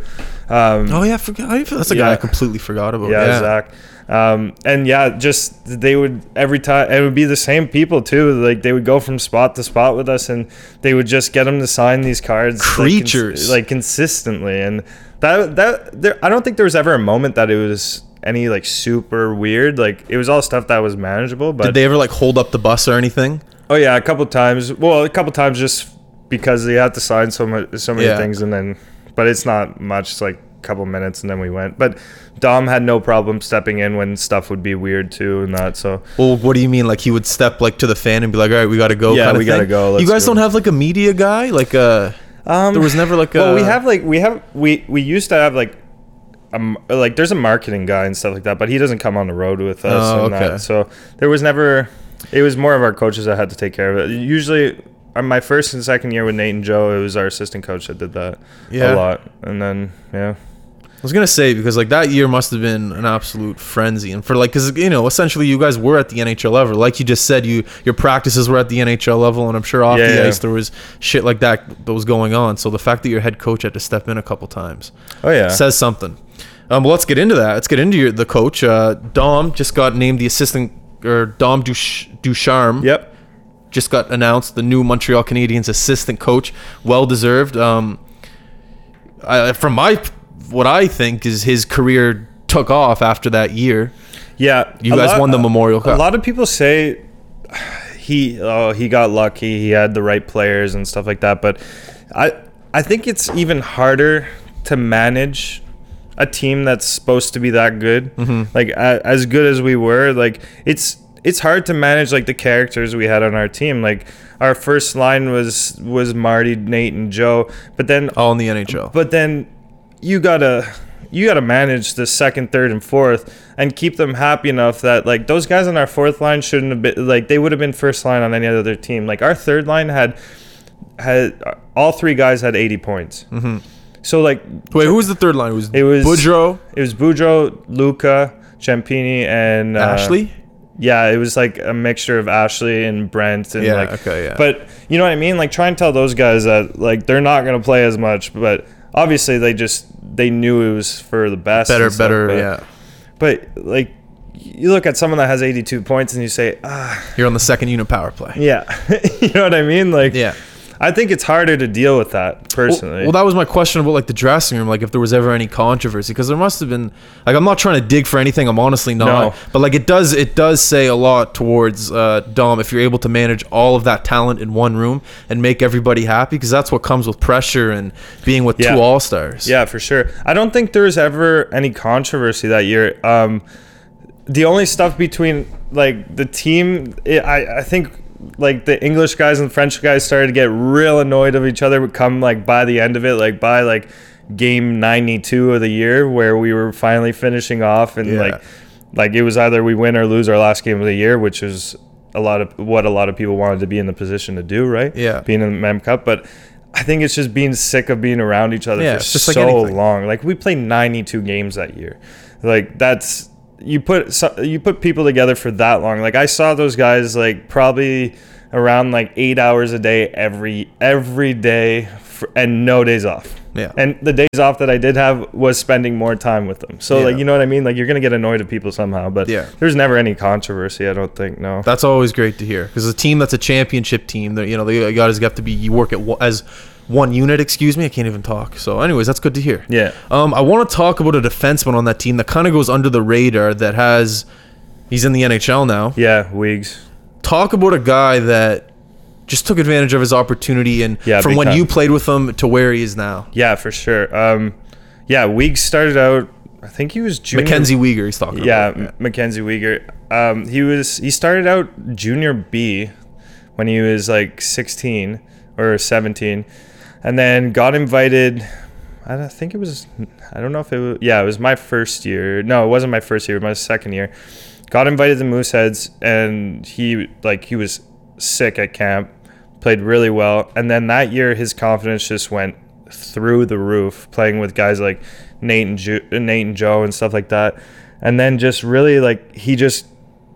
S3: um,
S1: Oh yeah, I forgot. I, that's a guy
S3: Yeah.
S1: I completely forgot about.
S3: yeah, Zach. Um, and yeah, just they would every time it would be the same people too. Like they would go from spot to spot with us, and they would just get them to sign these cards, like, cons-
S1: Creatures.
S3: like, consistently. And that that there, I don't think there was ever a moment that it was any like super weird. Like it was all stuff that was manageable. But
S1: Did they ever like hold up the bus or anything?
S3: oh yeah, a couple times. Well, a couple times just because they had to sign so much, so many
S1: Yeah.
S3: things, and then but it's not much. It's like a couple minutes, and then we went. But Dom had no problem stepping in when stuff would be weird too, and that. So
S1: Well, what do you mean? Like he would step like to the fan and be like, "All right, we gotta go."
S3: Yeah,
S1: kinda
S3: we gotta
S1: thing?
S3: go, let's
S1: you guys
S3: do
S1: do not
S3: it.
S1: have like a media guy, like a.
S3: um,
S1: There was never like uh, a.
S3: well, we have like we have we we used to have like. Um, like there's a marketing guy and stuff like that, but he doesn't come on the road with us.
S1: Oh,
S3: and
S1: okay.
S3: that. So there was never. It was more of our coaches that had to take care of it. Usually, uh, my first and second year with Nate and Joe, it was our assistant coach that did that
S1: Yeah.
S3: a lot. And then yeah,
S1: I was gonna say because like that year must have been an absolute frenzy, and for like because you know essentially you guys were at the NHL level, like you just said, you your practices were at the NHL level, and I'm sure off
S3: Yeah,
S1: the
S3: yeah.
S1: ice there was shit like that that was going on. So the fact that your head coach had to step in a couple times.
S3: Oh yeah.
S1: says something. Um, well, let's get into that. Let's get into your, the coach. Uh, Dom just got named the assistant, or Dom Dush, Ducharme.
S3: yep.
S1: Just got announced the new Montreal Canadiens assistant coach. Well deserved. Um, I, from my what I think is his career took off after that year.
S3: Yeah.
S1: You
S3: a
S1: guys won the Memorial Cup.
S3: A lot of people say he oh he got lucky. He had the right players and stuff like that. But I I think it's even harder to manage a team that's supposed to be that good.
S1: Mm-hmm.
S3: Like a, as good as we were, like it's it's hard to manage like the characters we had on our team. Like our first line was was Marty, Nate, and Joe. But then
S1: All in the NHL.
S3: but then you gotta you gotta manage the second third and fourth and keep them happy enough that like those guys on our fourth line shouldn't have been like they would have been first line on any other team like our third line had had all three guys had 80 points mm-hmm. so like
S1: Wait, who was the third line? It was,
S3: it was
S1: Boudreau,
S3: it was Boudreau Luca Champini and uh,
S1: Ashley.
S3: yeah, it was like a mixture of Ashley and Brent and
S1: Yeah,
S3: like
S1: okay, yeah.
S3: But you know what I mean? Like try and tell those guys that like they're not gonna play as much, but obviously they just they knew it was for the best.
S1: better,
S3: and stuff,
S1: better.
S3: but-
S1: yeah,
S3: But like, you look at someone that has 82 points and you say, ah,
S1: you're on the second unit power play.
S3: yeah. [LAUGHS] you know what I mean? Like,
S1: Yeah.
S3: I think it's harder to deal with that personally.
S1: Well, that was my question about like the dressing room, like if there was ever any controversy, because there must have been. Like, I'm not trying to dig for anything. I'm honestly not.
S3: No.
S1: But like, it does it does say a lot towards uh, Dom if you're able to manage all of that talent in one room and make everybody happy, because that's what comes with pressure and being with
S3: Yeah.
S1: two all stars.
S3: Yeah, for sure. I don't think there was ever any controversy that year. Um, the only stuff between like the team, it, I I think like the English guys and French guys started to get real annoyed of each other. Would come like by the end of it, like by like game ninety two of the year, where we were finally finishing off, and
S1: Yeah.
S3: like like it was either we win or lose our last game of the year, which is a lot of what a lot of people wanted to be in the position to do, right?
S1: Yeah.
S3: being in the Mem Cup, but. I think it's just being sick of being around each other
S1: Yeah,
S3: for
S1: it's just
S3: so
S1: like anything.
S3: long. Like we played 92 games that year. Like that's you put so- you put people together for that long. Like I saw those guys like probably around like 8 hours a day every every day for, and no days off.
S1: Yeah.
S3: And the days off that I did have was spending more time with them. So like
S1: Yeah.
S3: you know what I mean? Like you're going to get annoyed at people somehow, but
S1: Yeah.
S3: there's never any controversy, I don't think. No.
S1: That's always great to hear because a team that's a championship team, that you know, they guys have to be you work at one- as one unit. Excuse me, I can't even talk. So, anyways, that's good to hear.
S3: Yeah.
S1: Um, I want to talk about a defenseman on that team that kind of goes under the radar. That has, he's in the NHL now.
S3: yeah, Weeks.
S1: Talk about a guy that just took advantage of his opportunity and
S3: Yeah,
S1: from
S3: big
S1: when
S3: time.
S1: you played with him to where he is now.
S3: Yeah, for sure. Um, yeah, Weeks started out. I think he was junior.
S1: Mackenzie Weegar, he's talking.
S3: Yeah,
S1: about.
S3: M- Mackenzie Weegar. Um, he was he started out junior B when he was like 16 or 17, and then got invited. I don't think it was. I don't know if it was. Yeah, it was my first year. No, it wasn't my first year. My second year. Got invited to Mooseheads, and he like he was sick at camp. Played really well, and then that year his confidence just went through the roof. Playing with guys like Nate and Ju- Nate and Joe and stuff like that, and then just really like he just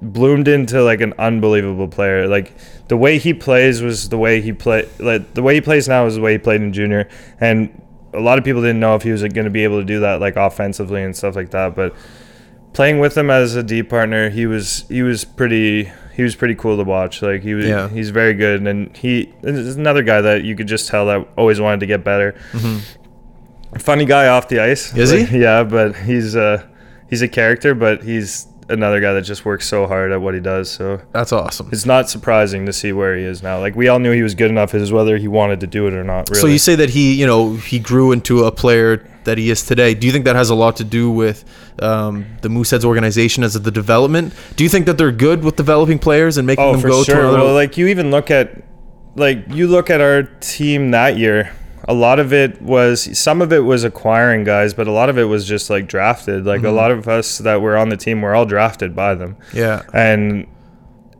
S3: bloomed into like an unbelievable player. Like the way he plays was the way he play like the way he plays now is the way he played in junior and a lot of people didn't know if he was like, going to be able to do that like offensively and stuff like that, but playing with him as a D partner, he was he was pretty he was pretty cool to watch. Like he was
S1: Yeah.
S3: he's very good and he is another guy that you could just tell that always wanted to get better. Funny guy off the ice.
S1: Is he?
S3: Like, [LAUGHS] Yeah, but he's uh he's a character, but he's another guy that just works so hard at what he does. So
S1: that's awesome.
S3: it's not surprising to see where he is now. Like we all knew he was good enough is whether he wanted to do it or not, really.
S1: So you say that he, you know, he grew into a player that he is today. Do you think that has a lot to do with um, the Mooseheads organization as the development? Do you think that they're good with developing players and making
S3: Oh,
S1: them
S3: for
S1: go to
S3: sure.
S1: another?
S3: Well, like you even look at, like you look at our team that year. A lot of it was some of it was acquiring guys, but a lot of it was just like drafted. Like a
S1: Mm-hmm.
S3: lot of us that were on the team were all drafted by them.
S1: yeah,
S3: and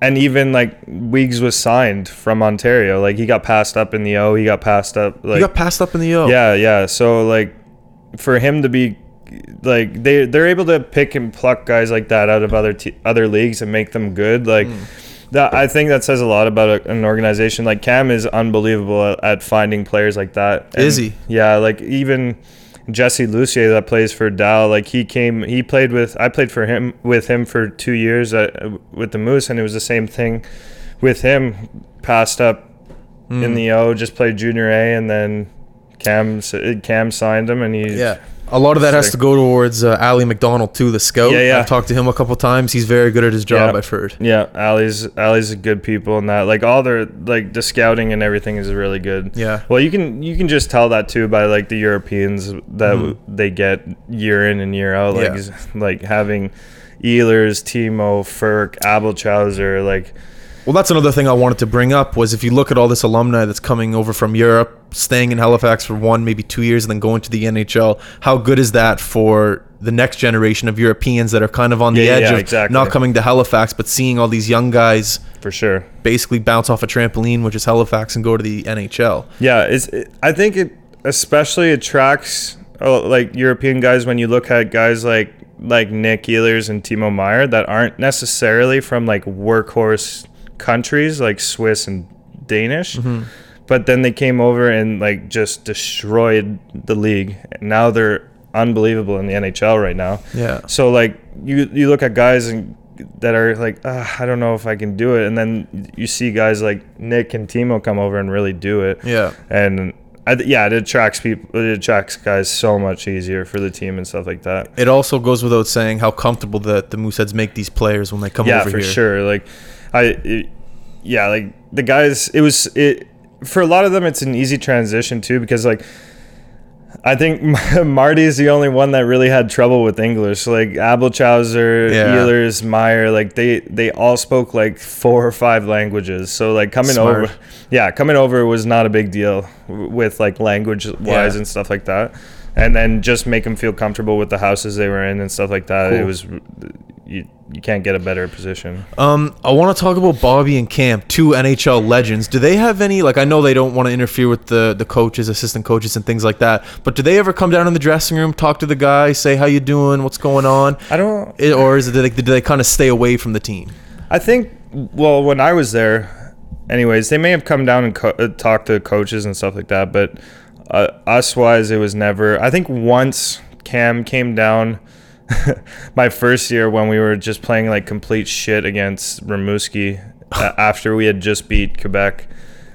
S3: and even like Weeks was signed from Ontario. Like he got passed up in the O. He got passed up. Like
S1: you got passed up in the O.
S3: yeah, yeah. So like for him to be like they they're able to pick and pluck guys like that out of other te- other leagues and make them good. Like
S1: Mm.
S3: that, I think that says a lot about a, an organization. Like Cam is unbelievable at, at finding players like that. And,
S1: Is he?
S3: Yeah, like even. Jesse Lucier that plays for Dow, like he came, he played with, I played for him with him for two years at, with the Moose, and it was the same thing with him. Passed up
S1: Hmm.
S3: in the O, just played junior A, and then Cam s- Cam signed him, and he
S1: yeah. A lot of that has
S3: Sick.
S1: to go towards uh, Ali McDonald too, the scout.
S3: Yeah, yeah.
S1: I've talked to him a couple times. He's very good at his job.
S3: Yeah.
S1: I've heard.
S3: yeah. Ali's Ali's a good people, and that like all their like the scouting and everything is really good.
S1: Yeah.
S3: Well, you can you can just tell that too by like the Europeans that w they get year in and year out, like
S1: Hmm. Yeah.
S3: s- like having Ehlers, Timo, Ferk, Abelchauser, like
S1: Well, that's another thing I wanted to bring up was if you look at all this alumni that's coming over from Europe, staying in Halifax for one, maybe two years, and then going to the NHL. How good is that for the next generation of Europeans that are kind of on the
S3: Yeah, yeah,
S1: edge
S3: yeah,
S1: of
S3: exactly.
S1: not coming to Halifax, but seeing all these young guys
S3: for sure.
S1: basically bounce off a trampoline, which is Halifax, and go to the NHL?
S3: Yeah, it's. It, I think it especially attracts oh, like European guys when you look at guys like like Nick Ehlers and Timo Meyer that aren't necessarily from like workhorse countries like Swiss and Danish, But then they came over and like just destroyed the league. Now they're unbelievable in the NHL right now.
S1: Yeah.
S3: So like you you look at guys and that are like ah, I don't know if I can do it, and then you see guys like Nick and Timo come over and really do it.
S1: Yeah.
S3: And I, th- yeah, it attracts people. It attracts guys so much easier for the team and stuff like that.
S1: It also goes without saying how comfortable that the Mooseheads make these players when they come
S3: yeah
S1: over
S3: for
S1: here.
S3: sure like i it- yeah like the guys it was it for a lot of them it's an easy transition too because like I think [LAUGHS] Marty's the only one that really had trouble with English. Like Abelchauser,
S1: Yeah.
S3: Ehlers, Meyer, like they they all spoke like four or five languages. So like coming
S1: Smart.
S3: over, yeah, coming over was not a big deal w- with like language wise
S1: Yeah.
S3: and stuff like that. And then just make them feel comfortable with the houses they were in and stuff like that. It
S1: Cool.
S3: was you, you can't get a better position.
S1: Um, I want to talk about Bobby and Camp, two NHL legends. Do they have any like I know they don't want to interfere with the the coaches, assistant coaches, and things like that. But do they ever come down in the dressing room, talk to the guy, say how you doing, what's going on,
S3: I don't.
S1: It- or is it do they, do they kind of stay away from the team?
S3: I think. Well, when I was there, anyways, they may have come down and co- uh, talked to coaches and stuff like that. But uh, us wise, it was never. I think once Cam came down. [LAUGHS] my first year when we were just playing like complete shit against Ramuski
S1: [LAUGHS]
S3: uh, after we had just beat Quebec.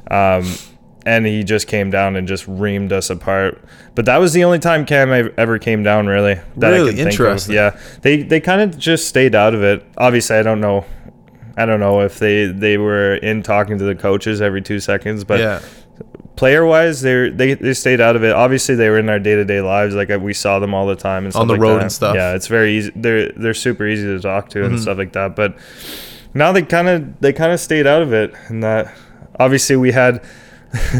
S3: Um, and he just came down and just reamed us apart. But that was the only time Cam ev- ever came down, really. That
S1: Really?
S3: think of.
S1: Interesting.
S3: Yeah, they they kind of just stayed out of it. Obviously, I don't know. I don't know if they they were in talking to the coaches every two seconds, but
S1: yeah,
S3: player wise, they they they stayed out of it. Obviously, they were in their day to day lives. Like we saw them all the time and stuff
S1: On the
S3: like
S1: road
S3: that.
S1: and stuff. Mm-hmm.
S3: Yeah, it's very easy. They're they're super easy to talk to and stuff like that. But now they kind of they kind of stayed out of it, and that obviously we had. [LAUGHS]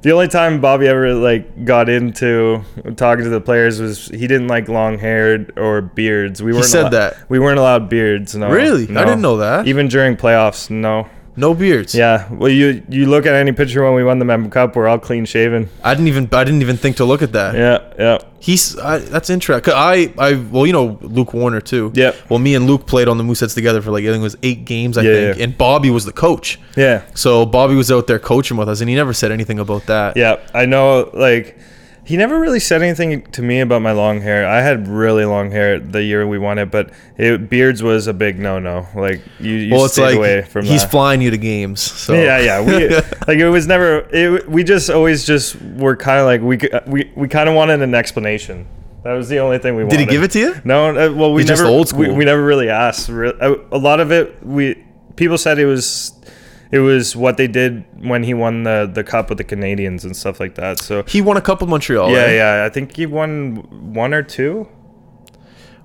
S3: The only time Bobby ever like got into talking to the players was he didn't like long haired or beards. We weren't
S1: said
S3: allo-
S1: that.
S3: we weren't allowed beards. No,
S1: Really? I
S3: No.
S1: didn't know that.
S3: Even during playoffs, no.
S1: no beards.
S3: Yeah. Well, you you look at any picture when we won the Mem Cup, we're all clean shaven.
S1: I didn't even I didn't even think to look at that.
S3: Yeah, yeah.
S1: He's I, that's interesting. I I well you know Luke Warner too.
S3: Yep.
S1: Well, me and Luke played on the Mooseheads together for like I think it was eight games I
S3: Yeah,
S1: think,
S3: yeah.
S1: and Bobby was the coach.
S3: Yeah.
S1: So Bobby was out there coaching with us, and he never said anything about that.
S3: Yeah. I know like he never really said anything to me about my long hair. I had really long hair the year we won it, but it, beards was a big no-no. Like you, you
S1: Well, it's
S3: stayed
S1: like
S3: away from
S1: he's
S3: that.
S1: flying you to games. So
S3: Yeah, yeah. We,
S1: [LAUGHS]
S3: like it was never. It, we just always just were kind of like we c- we we kind of wanted an explanation. That was the only thing we wanted.
S1: Did he give it to you?
S3: No. Uh, well, we
S1: He's just
S3: never
S1: old
S3: We,
S1: school.
S3: we never really asked. Re- A a lot of it, we people said it was. It was what they did when he won the, the cup with the Canadians and stuff like that. So
S1: he won a cup with Montreal.
S3: yeah,
S1: right?
S3: yeah, I think he won one or two.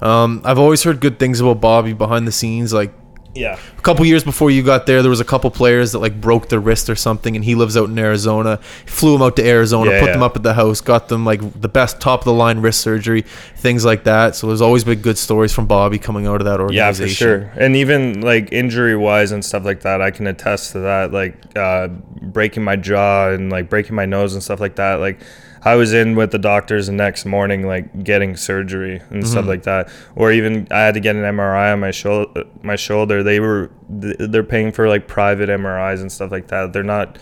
S1: Um, I've always heard good things about Bobby behind the scenes. Like
S3: Yeah,
S1: a couple years before you got there, there was a couple players that like broke their wrist or something, and he lives out in Arizona. Flew him out to Arizona,
S3: Yeah,
S1: put
S3: yeah.
S1: them up at the house, got them like the best top of the line wrist surgery, things like that. So there's always been good stories from Bobby coming out of that
S3: yeah, for
S1: organization.
S3: sure. And even like injury wise and stuff like that, I can attest to that. Like uh, breaking my jaw and like breaking my nose and stuff like that. Like I was in with the doctors the next morning, like getting surgery and stuff like that. Or even I had to get an MRI on my shoulder. My shoulder. They were th- they're paying for like private MRIs and stuff like that. They're not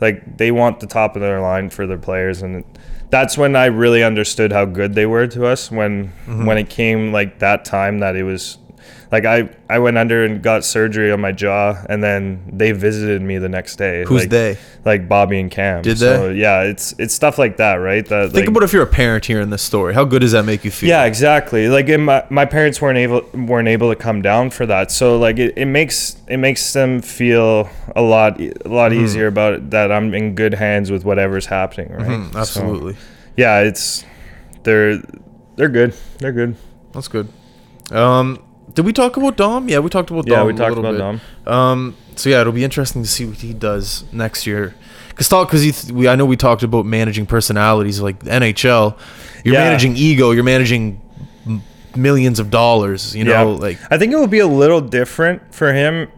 S3: like they want the top of their line for their players and that's when I really understood how good they were to us when
S1: Mm-hmm.
S3: when it came like that time that it was like I I went under and got surgery on my jaw and then they visited me the next day
S1: Who's
S3: like,
S1: they?
S3: like Bobby and Cam
S1: Did they?
S3: yeah it's it's stuff like that right that
S1: Think
S3: like,
S1: about if you're a parent here in this story. How good does that make you feel?
S3: yeah, exactly. Like and my, my parents weren't able weren't able to come down for that. So like it, it makes it makes them feel a lot e- a
S1: Mm-hmm.
S3: lot easier about it, that I'm in good hands with whatever's happening, right? So,
S1: Mm-hmm, absolutely.
S3: yeah, it's they're they're good. They're good.
S1: That's good. Um, did we talk about Dom? Yeah, we talked about
S3: Yeah,
S1: Dom.
S3: we
S1: a
S3: talked
S1: little
S3: about
S1: bit. Um, so yeah, it'll be interesting to see what he does next year. Cause talk, cause he th- we I know we talked about managing personalities like NHL. You're
S3: Yeah.
S1: managing ego. You're managing m- millions of dollars. You know,
S3: yeah.
S1: like
S3: I think it will be a little different for him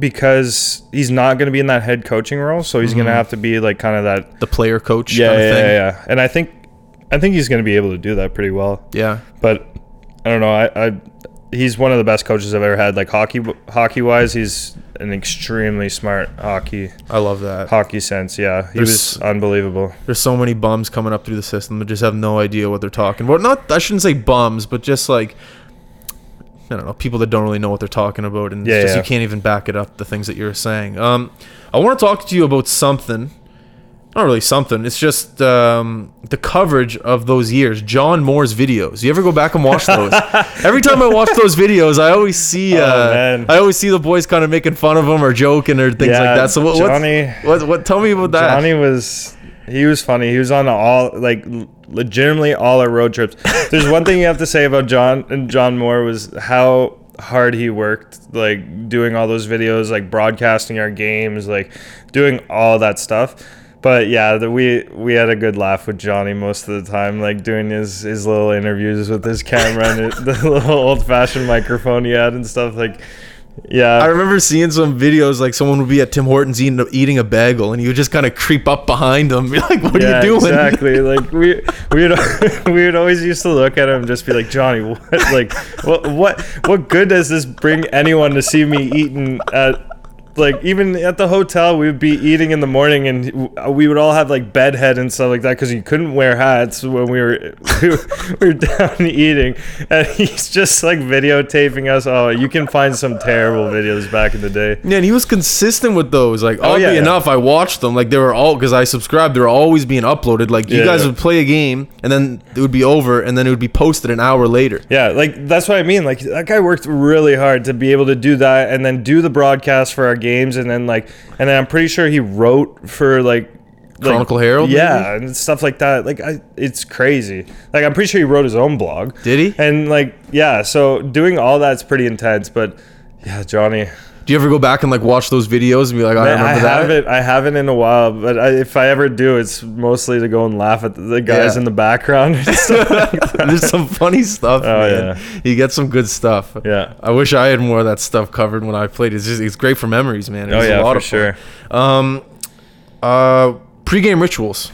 S3: because he's not going to be in that head coaching role, so he's
S1: Mm-hmm.
S3: going to have to be like kind of that
S1: the player coach.
S3: yeah,
S1: kind of
S3: yeah,
S1: thing.
S3: yeah, yeah. And I think I think he's going to be able to do that pretty well.
S1: yeah.
S3: but I don't know. I, I he's one of the best coaches I've ever had. Like hockey hockey wise, he's an extremely smart hockey
S1: I love that.
S3: hockey sense. Yeah, he
S1: There's-
S3: was unbelievable.
S1: There's so many bums coming up through the system that just have no idea what they're talking about. Not I shouldn't say bums, but just like I don't know, people that don't really know what they're talking about and
S3: Yeah,
S1: it's just
S3: yeah.
S1: you can't even back it up the things that you're saying. Um I want to talk to you about something. Not really something. It's just um, the coverage of those years. John Moore's videos. You ever go back and watch
S3: [LAUGHS]
S1: those? Every time I watch those videos, I always see. Uh,
S3: Oh, man.
S1: I always see the boys kind of making fun of him or joking or things
S3: Yeah,
S1: like that. So what? what's-
S3: Johnny-
S1: what? What? Tell me about that.
S3: Johnny was he was funny. He was on all like l- legitimately all our road trips. There's one thing you have to say about John and John Moore was how hard he worked, like doing all those videos, like broadcasting our games, like doing all that stuff. But yeah, the, we we had a good laugh with Johnny most of the time, like doing his, his little interviews with his camera and [LAUGHS] the little old fashioned microphone he had and stuff. Like, yeah,
S1: I remember seeing some videos like someone would be at Tim Hortons eating, eating a bagel, and you would just kind of creep up behind them, [LAUGHS] be like, "What are you doing?" [LAUGHS]
S3: Exactly. Like we we would [LAUGHS] we would always used to look at him and just be like, Johnny, what [LAUGHS] like what what what good does this bring anyone to see me eating at like even at the hotel we would be eating in the morning and w- we would all have like bed head and stuff like that because you couldn't wear hats when we were [LAUGHS] we were, we were down [LAUGHS] eating and he's just like videotaping us oh you can find some terrible videos back in the day
S1: Yeah, and he was consistent with those. Like, oddly
S3: Oh, yeah, yeah.
S1: enough, I watched them. Like, they were all because I subscribed. They were always being uploaded. Like, you
S3: Yeah,
S1: guys
S3: yeah.
S1: would play a game, and then it would be over, and then it would be posted an hour later.
S3: Yeah, like that's what I mean. Like that guy worked really hard to be able to do that, and then do the broadcast for our games, and then like, and then I'm pretty sure he wrote for like, like-
S1: Chronicle Herald,
S3: yeah, and stuff like that. Like, I, it's crazy. Like, I'm pretty sure he wrote his own blog.
S1: Did he?
S3: And like, yeah, so doing all that's pretty intense, but. Yeah, Johnny.
S1: Do you ever go back and like watch those videos and be like, "Oh, "I
S3: Man,
S1: remember
S3: I,
S1: that"?
S3: haven't. I haven't in a while, but I, if I ever do, it's mostly to go and laugh at the guys
S1: Yeah.
S3: in the background. and stuff like that.
S1: [LAUGHS] There's some funny stuff. Oh man. you get some good stuff.
S3: Yeah.
S1: I wish I had more of that stuff covered when I played. It's just it's great for memories, man. It
S3: [LAUGHS] oh
S1: was a
S3: yeah,
S1: lot
S3: for
S1: of fun.
S3: sure.
S1: Um, uh, pregame rituals.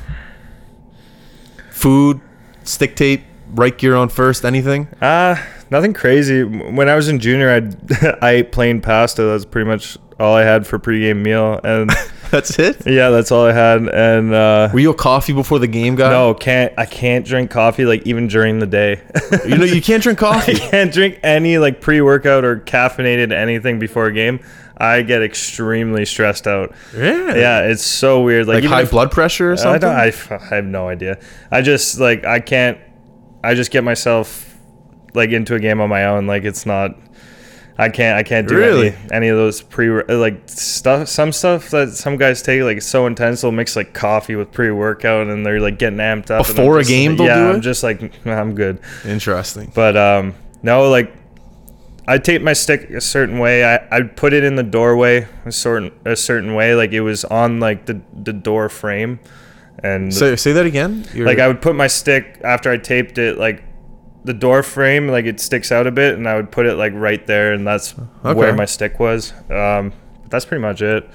S1: Food, stick tape, right gear on first. Anything?
S3: Uh, nothing crazy. When I was in junior, I'd, [LAUGHS] I ate plain pasta. That's pretty much all I had for pregame meal.
S1: [LAUGHS]
S3: And
S1: That's it.
S3: yeah, [LAUGHS] that's all I had. And uh,
S1: Were you uh, a coffee before the game guy?
S3: no, can't I can't drink coffee like even during the day.
S1: You know you
S3: [LAUGHS]
S1: can't drink coffee.
S3: can't drink any like pre-workout or caffeinated anything before a game. I get extremely stressed out.
S1: Really?
S3: Yeah, it's so weird. Like,
S1: Like
S3: even
S1: high
S3: if-
S1: blood pressure or
S3: I,
S1: something.
S3: don't, I, f- I have no idea. I just like I can't. I just get myself like into a game on my own. Like it's not. I can't. I can't do
S1: Really?
S3: any, any of those pre like stuff. Some stuff that some guys take like it's so intense. They'll mix like coffee with pre workout and they're like getting amped up and I'm
S1: Before a
S3: just,
S1: game
S3: Like,
S1: they'll
S3: yeah,
S1: do
S3: I'm
S1: it?
S3: just like "Nah, I'm good.
S1: Interesting.
S3: But um, no, like I taped my stick a certain way. I I put it in the doorway a certain a certain way. Like it was on like the the door frame. And
S1: So say that again. You're-
S3: like I would put my stick after I taped it, like the door frame, like it sticks out a bit, and I would put it like right there, and that's where
S1: Okay.
S3: my stick was. Um, but that's pretty much it.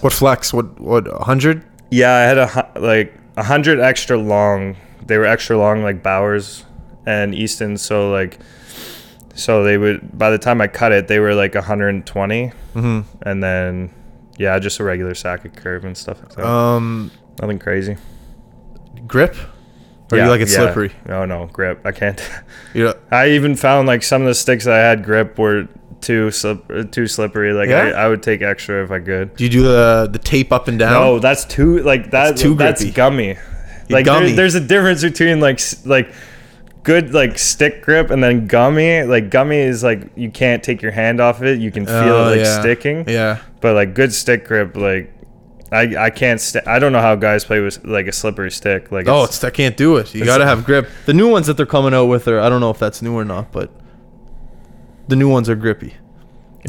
S1: what flex? What what? Hundred?
S3: Yeah, I had a hu- like a hundred extra long. They were extra long, like Bowers and Easton. So like, so they would by the time I cut it, they were like 120,
S1: Mm-hmm.
S3: and then yeah, just a regular socket curve and stuff like that.
S1: Um,
S3: Nothing crazy.
S1: grip. Or you like it slippery?
S3: No, no grip. I can't. [LAUGHS]
S1: You're,
S3: I even found like some of the sticks that I had grip were too slip, uh, too slippery. Like
S1: Yeah?
S3: I, I would take extra if I could.
S1: do you do the the tape up and down?
S3: No, Oh, that's too like that.
S1: That's too
S3: that's
S1: grippy.
S3: gummy. Like
S1: gummy.
S3: There, there's a difference between like s- like good like stick grip and then gummy. Like gummy is like you can't take your hand off it. You can feel
S1: Oh,
S3: it like
S1: yeah.
S3: sticking.
S1: Yeah.
S3: But like good stick grip, like I I can't. St- I don't know how guys play with like a slippery stick. Like
S1: Oh, it's, I can't do it. You gotta have grip. The new ones that they're coming out with are I don't know if that's new or not, but the new ones are grippy.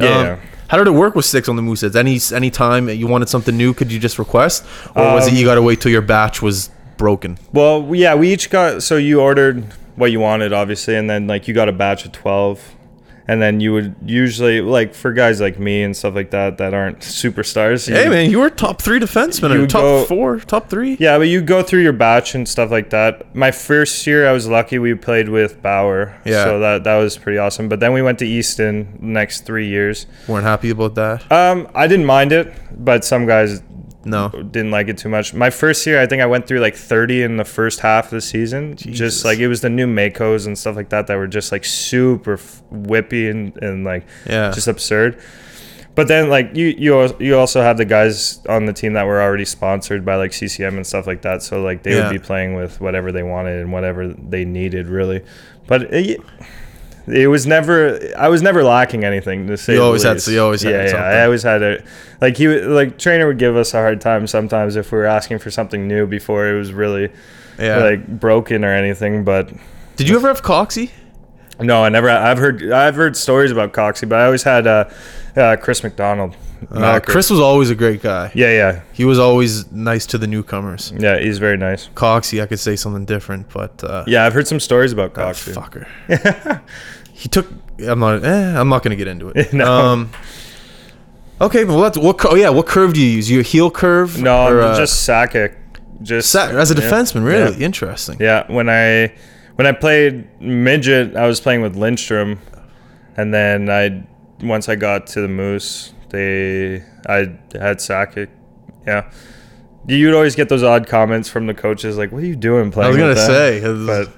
S1: Um,
S3: yeah.
S1: how did it work with sticks on the mooseheads? Any any time you wanted something new, could you just request, or was it
S3: Um,
S1: you gotta wait till your batch was broken?
S3: Well, yeah, we each got so you ordered what you wanted, obviously, and then like you got a batch of twelve, and then you would usually like for guys like me and stuff like that that aren't superstars. you
S1: Hey
S3: would-
S1: man, you were top three defenseman,
S3: You
S1: or top
S3: go-
S1: four, top three.
S3: Yeah, but you go through your batch and stuff like that. My first year, I was lucky we played with Bauer.
S1: Yeah.
S3: So that, that was pretty awesome. But then we went to Easton the next three years.
S1: weren't happy about that.
S3: Um, I didn't mind it, but some guys
S1: No,
S3: didn't like it too much. My first year, I think I went through like 30 in the first half of the season.
S1: Jesus.
S3: Just like it was the new Makos and stuff like that that were just like super f- whippy and, and like
S1: Yeah.
S3: just absurd. But then like you you al- you also had the guys on the team that were already sponsored by like CCM and stuff like that. So like they
S1: Yeah.
S3: would be playing with whatever they wanted and whatever they needed really. But eh, it, it was never I was never lacking anything to say.
S1: You
S3: the
S1: always had-
S3: least.
S1: you always had
S3: yeah, yeah,
S1: something.
S3: I always had a like he would- like trainer would give us a hard time sometimes if we were asking for something new before it was really
S1: yeah.
S3: like broken or anything. But
S1: Did you ever have Coxie?
S3: no, I never. I've heard I've heard stories about Coxie, but I always had uh, uh, Chris McDonald.
S1: Uh,
S3: Macker.
S1: Chris was always a great guy.
S3: Yeah, yeah,
S1: He was always nice to the newcomers.
S3: yeah. He's very nice.
S1: Coxie, I could say something different, but uh,
S3: Yeah, I've heard some stories about
S1: that
S3: Coxie.
S1: fucker. [LAUGHS] he took. I'm not. Eh, I'm not gonna get into it.
S3: [LAUGHS] No.
S1: Um, okay, well, that's what. cur- Oh yeah, what curve do you use? You a heel curve?
S3: no, um,
S1: or, uh,
S3: just Sakic. Just
S1: sa- as a
S3: yeah.
S1: defenseman. Really
S3: Yeah.
S1: interesting.
S3: Yeah, when I when I played midget, I was playing with Lindstrom, and then I once I got to the Moose, they I had Sakic. Yeah, you'd always get those odd comments from the coaches, like, "What are you doing
S1: I
S3: playing?"
S1: was gonna
S3: with
S1: say,
S3: them?" but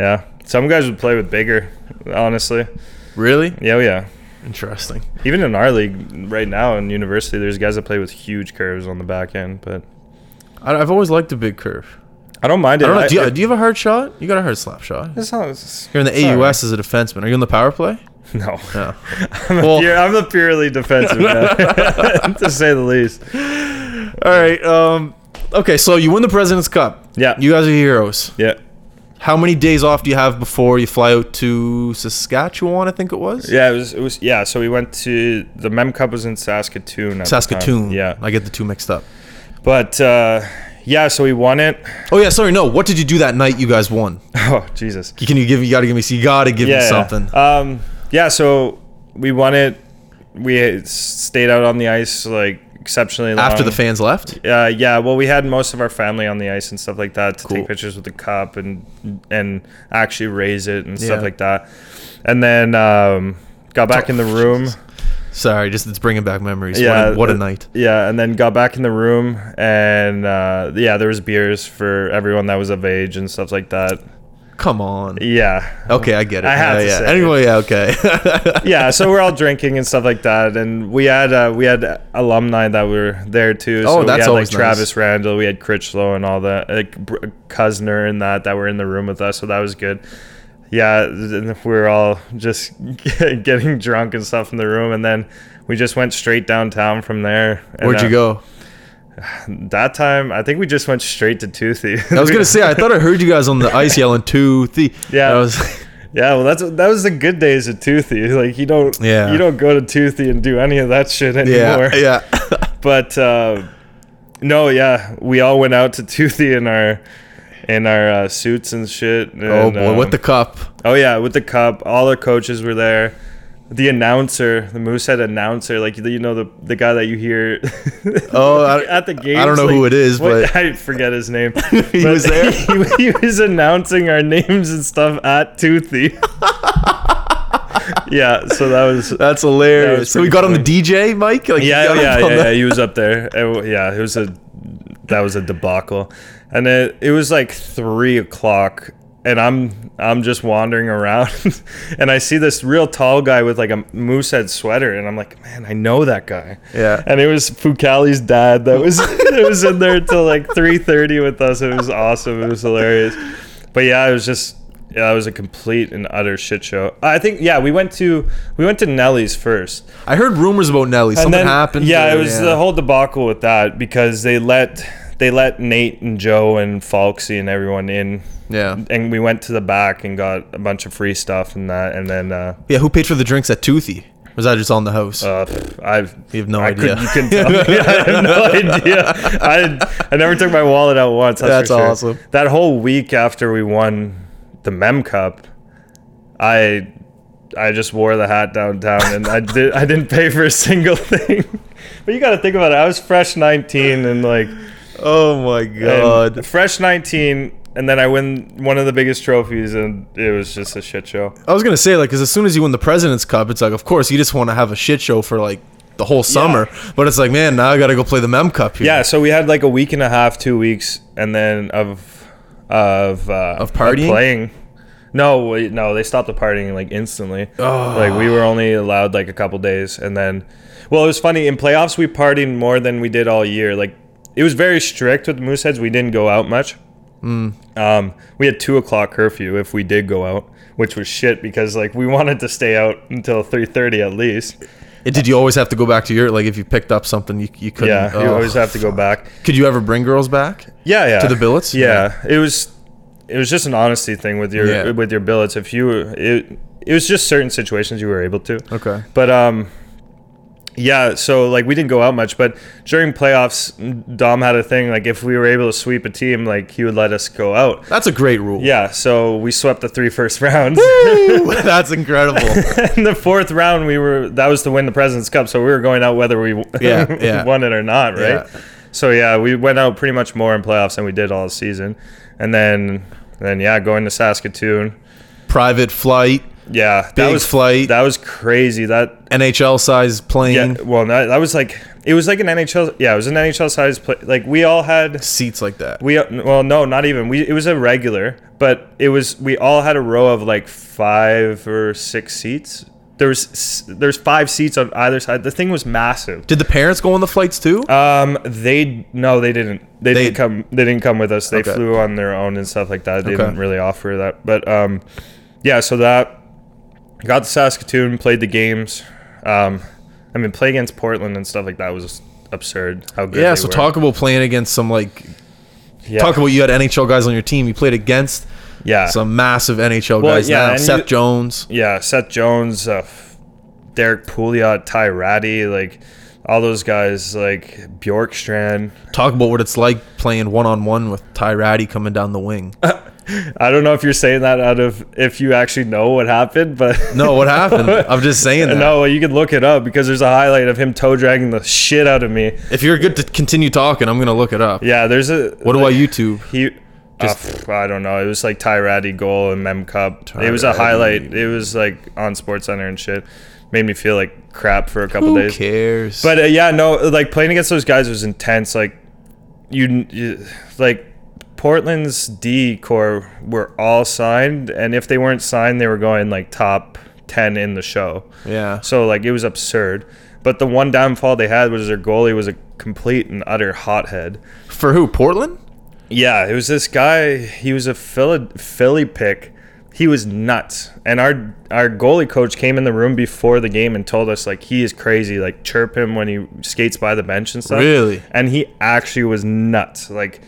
S3: yeah, some guys would play with bigger. Honestly,
S1: really
S3: yeah, oh, yeah.
S1: interesting.
S3: Even in our league right now in university, there's guys that play with huge curves on the back end, but
S1: I, I've always liked the big curve.
S3: I don't mind it.
S1: I don't know. Do you,
S3: it-
S1: do you have a hard shot? You got a hard slap shot.
S3: it's not- it's- [LAUGHS]
S1: You're in the
S3: it's all right.
S1: AUS as a defenseman. Are you on the power
S3: [LAUGHS]
S1: play?
S3: No.
S1: No.
S3: [LAUGHS] I'm,
S1: Well-
S3: a pure, I'm a purely defensive guy, [LAUGHS] to say the least.
S1: All right. Um. Okay. So you win the President's Cup.
S3: Yeah.
S1: You guys are heroes.
S3: Yeah.
S1: How many days off do you have before you fly out to Saskatchewan? I think it was.
S3: Yeah, it was, it was yeah, so we went to the Mem Cup was in Saskatoon. at the time.
S1: Saskatoon.
S3: Uh, Yeah.
S1: I get the two mixed up.
S3: But uh, yeah, so we won it. [LAUGHS]
S1: Oh yeah. Sorry. No. What did you do that night? You guys won.
S3: Oh, Jesus.
S1: Can you give? You gotta give me. You gotta give me something.
S3: Um, yeah, so we won it. We stayed out on the ice like exceptionally long.
S1: After the fans left.
S3: Uh, yeah, well, we had most of our family on the ice and stuff like that to
S1: Cool.
S3: take pictures with the cup and and actually raise it and stuff
S1: Yeah.
S3: like that. And then um, got back in the room.
S1: Sorry. Just it's bringing back memories. What
S3: Yeah,
S1: Oh, a, what a
S3: uh,
S1: night.
S3: Yeah, and then got back in the room and uh, yeah, there was beers for everyone that was of age and stuff like that.
S1: Come on.
S3: Yeah.
S1: Okay, I get it.
S3: I have
S1: yeah,
S3: to
S1: yeah.
S3: say.
S1: Anyway, yeah, okay. [LAUGHS]
S3: yeah, so we're all drinking and stuff like that, and we had uh, we had alumni that were there too.
S1: Oh,
S3: so
S1: that's
S3: we had,
S1: always
S3: like
S1: nice.
S3: Travis Randall, we had Critchlow and all that, like Br- Kuzner and that that were in the room with us, so that was good. Yeah, then we were all just [LAUGHS] getting drunk and stuff in the room, and then we just went straight downtown from there. And,
S1: Where'd you
S3: uh,
S1: go?
S3: That time, I think we just went straight to Toothy.
S1: I
S3: [LAUGHS]
S1: was gonna say I thought I heard you guys on the ice yelling two, three.
S3: Yeah.
S1: I was.
S3: [LAUGHS] Yeah, well, that's that was the good days of Toothy. Like you don't,
S1: Yeah.
S3: you don't go to Toothy and do any of that shit anymore.
S1: Yeah,
S3: [LAUGHS]
S1: yeah.
S3: but uh, no, yeah, we all went out to [LAUGHS] Toothy in our in our uh, suits and shit. and,
S1: Oh boy,
S3: um,
S1: with the cup.
S3: oh yeah, with the cup. All our coaches were there. The announcer, the Moosehead announcer, like you know the the guy that you hear
S1: Oh, I,
S3: [LAUGHS] at the game.
S1: I don't know who it is, but
S3: [LAUGHS] I forget his name.
S1: [LAUGHS] He
S3: But
S1: was there?
S3: He, [LAUGHS] he was announcing our [LAUGHS] names and stuff at Toothy. [LAUGHS] yeah, so that was
S1: that's hilarious.
S3: was
S1: so we
S3: pretty
S1: got on
S3: funny.
S1: the DJ, Mike. Like, you
S3: yeah,
S1: got him
S3: yeah,
S1: on
S3: yeah,
S1: the-
S3: yeah. He was up there. It w- yeah, it was a that was a debacle, and it it was like three o'clock, and I'm I'm just wandering around, [LAUGHS] and I see this real tall guy with like a moose head sweater, and I'm like, man, I know that guy.
S1: Yeah.
S3: And it was Fukali's dad that was [LAUGHS] that was in there till like three thirty with us. It was awesome. It was hilarious. But yeah, it was just. Yeah, it was a complete and utter shit show. I think yeah, we went to we went to Nelly's first,
S1: I heard rumors about Nelly. Something happened.
S3: yeah,
S1: or-
S3: it was the whole debacle with that because they let they let Nate and Joe and Falksy and everyone in,
S1: Yeah,
S3: and we went to the back and got a bunch of free stuff and that, and then uh,
S1: yeah. Who paid for the drinks at Toothy? Or Was I just on the house?
S3: uh, pff, I've
S1: You have no
S3: I
S1: idea.
S3: Could, you can tell. me. [LAUGHS] I have no idea. I I never took my wallet out once. That's,
S1: That's
S3: for sure.
S1: awesome.
S3: That whole week after we won the Mem Cup, I I just wore the hat downtown, and I did. I didn't pay for a single [LAUGHS] thing. but you got to think about it. I was fresh 19, and like
S1: Oh my
S3: and fresh 19, and then I win one of the biggest trophies, and it was just a shit show.
S1: I was gonna say like, because as soon as you win the President's Cup, it's like, of course, you just want to have a shit show for like the whole summer. But it's like, man, now I gotta go play the Mem Cup here.
S3: Yeah, so we had like a week and a half, two weeks, and then of of uh,
S1: Of partying?
S3: playing. No, wait, no, they stopped the partying like instantly.
S1: Oh.
S3: Like we were only allowed like a couple days, and then, well, it was funny in playoffs we partied more than we did all year. Like it was very strict with Mooseheads. We didn't go out much.
S1: Hmm.
S3: Um, we had two o'clock curfew if we did go out, which was shit because like we [LAUGHS] wanted to stay out until three thirty at least.
S1: And Did you always have to go back to your like if you picked up something you you couldn't?
S3: Yeah, you
S1: oh.
S3: always have to go back.
S1: Could you ever bring girls back?
S3: Yeah, yeah.
S1: To the billets?
S3: Yeah. It was it was just an honesty thing with your
S1: Yeah.
S3: with your billets. If you it it was just certain situations you were able to.
S1: Okay.
S3: But um yeah, so like we didn't go out much, but during playoffs, Dom had a thing like if we were able to sweep a team, like he would let us go out.
S1: That's a great rule.
S3: Yeah, so we swept the three first [LAUGHS]
S1: [LAUGHS]
S3: rounds.
S1: Woo! That's incredible.
S3: [LAUGHS] In the fourth round, we were that was to win the President's Cup, so we were going out whether we [LAUGHS]
S1: Yeah, yeah.
S3: won it or not, right?
S1: Yeah.
S3: So yeah, we went out pretty much more in playoffs than we did all season, and then then yeah, going to Saskatoon,
S1: Private flight,
S3: yeah, that
S1: Big
S3: was
S1: flight.
S3: That was crazy. That
S1: NHL size plane,
S3: yeah, well, that, that was like it was like an NHL, yeah, it was an NHL size play. Like we all had
S1: seats like that.
S3: we uh, well no not even we it was a regular but it was we all had a row of like five or six seats there was s- there's five seats on either side the thing was massive
S1: Did the parents go on the flights too?
S3: um they no they didn't they,
S1: They-
S3: didn't come they didn't come with us they
S1: Okay.
S3: flew on their own and stuff like that they
S1: Okay.
S3: didn't really offer that but um yeah so that got to saskatoon played the games um i mean play against portland and stuff like that was absurd how good
S1: yeah.
S3: they
S1: So
S3: were.
S1: talk about playing against some like
S3: yeah.
S1: talk about you had NHL guys on your team. You played against
S3: yeah
S1: some massive NHL
S3: Well,
S1: guys
S3: yeah,
S1: now.
S3: and
S1: Seth
S3: you-
S1: Jones.
S3: yeah, Seth Jones, uh, f- Derek Pouliot, Ty Ratty, like all those guys, like Bjorkstrand.
S1: Talk about what it's like playing one on one with Ty Ratty coming down the
S3: [LAUGHS]
S1: wing.
S3: I don't know if you're saying that out of if you actually know what happened, but [LAUGHS]
S1: No, what happened? I'm just saying that.
S3: no, you can look it up because there's a highlight of him toe dragging the shit out of me.
S1: If you're good to continue talking, I'm gonna look it up.
S3: Yeah, there's a
S1: What do I YouTube?
S3: He.
S1: Just-
S3: uh, pff, I don't know. It was like Ty Ratty goal and Mem Cup. it was a
S1: Ratty.
S3: highlight. It was like on Sports Center and shit. Made me feel like crap for a couple
S1: Who
S3: days.
S1: cares?
S3: But uh, yeah, no, like playing against those guys was intense. Like you, you like Portland's D core were all signed, and if they weren't signed, they were going like top ten in the show.
S1: yeah,
S3: So like it was absurd. But the one downfall they had was their goalie was a complete and utter hothead.
S1: for who? Portland?
S3: Yeah, it was this guy. He was a Philly, Philly pick. He was nuts. And our our goalie coach came in the room before the game and told us like he is crazy. Like chirp him when he skates by the bench and stuff.
S1: Really?
S3: And he actually was nuts. Like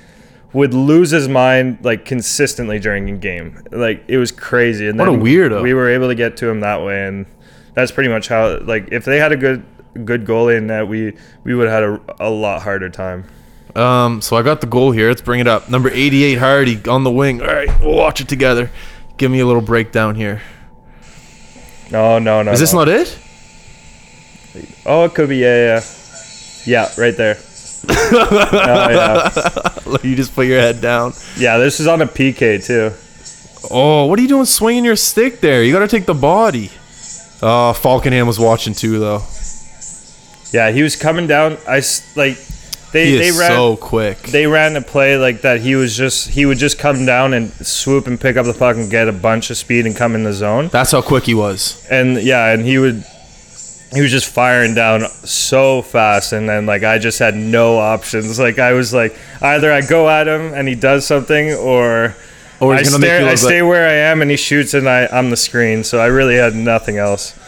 S3: would lose his mind like consistently during a game. Like it was crazy. And
S1: What a
S3: then
S1: weirdo.
S3: We were able to get to him that way, and that's pretty much how. Like if they had a good good goalie in that, we we would have had a, a lot harder time.
S1: Um, so I got the goal here. Let's bring it up. Number 88 Hardy on the wing. All right, we'll watch it together. Give me a little breakdown here.
S3: No, no, no.
S1: Is this
S3: no.
S1: not it?
S3: Oh, it could be. Yeah, yeah, yeah. Yeah,
S1: [LAUGHS]
S3: right there. oh, yeah.
S1: you just put your head down.
S3: yeah, this is on a PK too.
S1: Oh, what are you doing swinging your stick there? You got to take the body. Oh, Falconham was watching too though.
S3: Yeah, he was coming down. I s- like they
S1: He
S3: they
S1: is
S3: ran
S1: so quick.
S3: they ran a play like that. He was just he would just come down and swoop and pick up the puck and get a bunch of speed and come in the zone.
S1: That's how quick he was.
S3: and yeah, and he would he was just firing down so fast and then like I just had no options. Like I was like either I go at him and he does something or
S1: Or
S3: I,
S1: he's gonna make
S3: stare,
S1: you
S3: I
S1: look
S3: stay where I am and he shoots and I, I'm the screen, so I really had nothing else.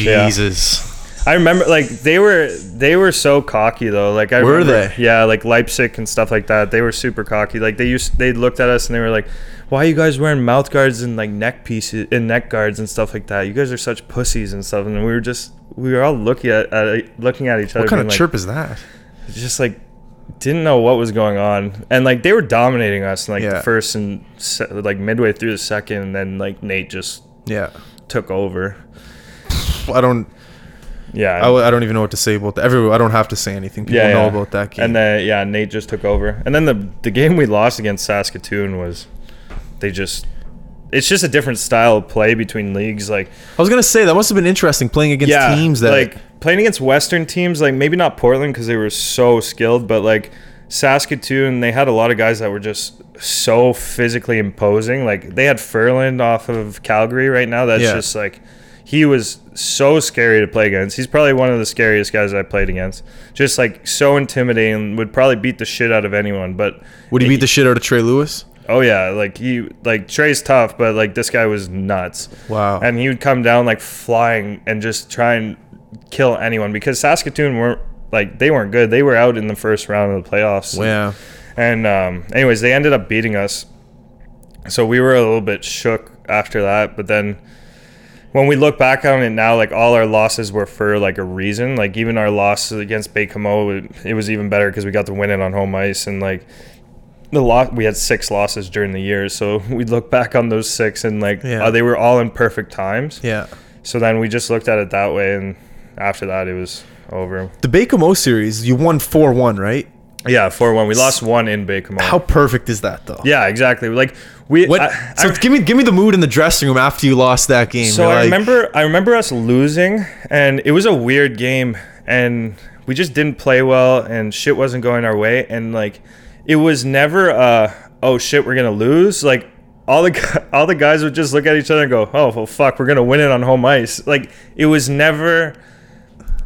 S3: Yeah.
S1: Jesus.
S3: I remember like they were they were so cocky though. Like I
S1: Were
S3: remember,
S1: they?
S3: Yeah, like Leipzig and stuff like that. They were super cocky. Like they used they looked at us and they were like, "Why are you guys wearing mouth guards and like neck pieces and neck guards and stuff like that? You guys are such pussies and stuff." And we were just we were all looking at, at looking at each other.
S1: What kind
S3: being
S1: of
S3: like,
S1: chirp is that?
S3: Just like didn't know what was going on and like they were dominating us in, like
S1: Yeah.
S3: the first and se- like midway through the second and then like Nate just
S1: Yeah.
S3: took over.
S1: I don't.
S3: Yeah.
S1: I, w- I don't even know what to say about that. Every I don't have to say anything. People know about that game.
S3: And then yeah, Nate just took over. And then the the game we lost against Saskatoon was they just it's just a different style of play between leagues. Like
S1: I was gonna say that must have been interesting playing against
S3: yeah,
S1: teams that
S3: like playing against Western teams, like maybe not Portland because they were so skilled, but like Saskatoon, they had a lot of guys that were just so physically imposing. Like they had Furland off of Calgary right now. That's
S1: Yeah.
S3: just like he was so scary to play against. He's probably one of the scariest guys I played against. Just like so intimidating, would probably beat the shit out of anyone. But
S1: would he beat the shit out of Trey Lewis?
S3: Oh yeah, like he like Trey's tough, but like this guy was nuts.
S1: Wow.
S3: And he would come down like flying and just try and kill anyone because Saskatoon weren't like they weren't good. They were out in the first round of the playoffs.
S1: Yeah.
S3: And um, anyways, they ended up beating us. So we were a little bit shook after that, but then when we look back on it now, like all our losses were for like a reason. Like even our losses against Baycomo, it, it was even better because we got to win it on home ice, and like the lot we had six losses during the year. So [LAUGHS] we look back on those six, and like
S1: Yeah.
S3: uh, they were all in perfect times.
S1: Yeah.
S3: So then we just looked at it that way, and after that, it was over.
S1: The Bakemo series, you won four one, right?
S3: Yeah, four one. We lost one in Baycomo.
S1: How perfect is that though?
S3: Yeah, exactly. Like we.
S1: What?
S3: I-
S1: so
S3: I-
S1: give me give me the mood in the dressing room after you lost that game.
S3: so
S1: You're
S3: I
S1: like,
S3: remember. I remember us losing, and it was a weird game, and we just didn't play well, and shit wasn't going our way, and like, it was never. Uh, oh shit, we're gonna lose. Like. All the gu- [LAUGHS] all the guys would just look at each other and go, "Oh well, fuck, we're gonna win it on home ice." Like it was never,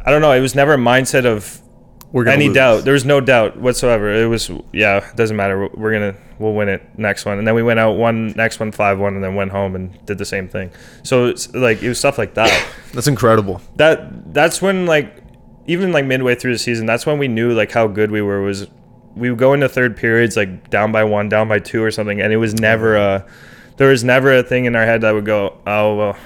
S3: I don't know, it was never a mindset of
S1: we're gonna
S3: any
S1: lose.
S3: doubt. There was no doubt whatsoever. It was yeah. It doesn't matter. We're gonna we'll win it next one. And then we went out one next one five one, and then went home and did the same thing. So it's like it was stuff
S1: [COUGHS]
S3: like that.
S1: That's incredible.
S3: that that's when like even like midway through the season, that's when we knew like how good we were. Was we would go into third periods like down by one, down by two or something, and it was never a there was never a thing in our head that would go oh well.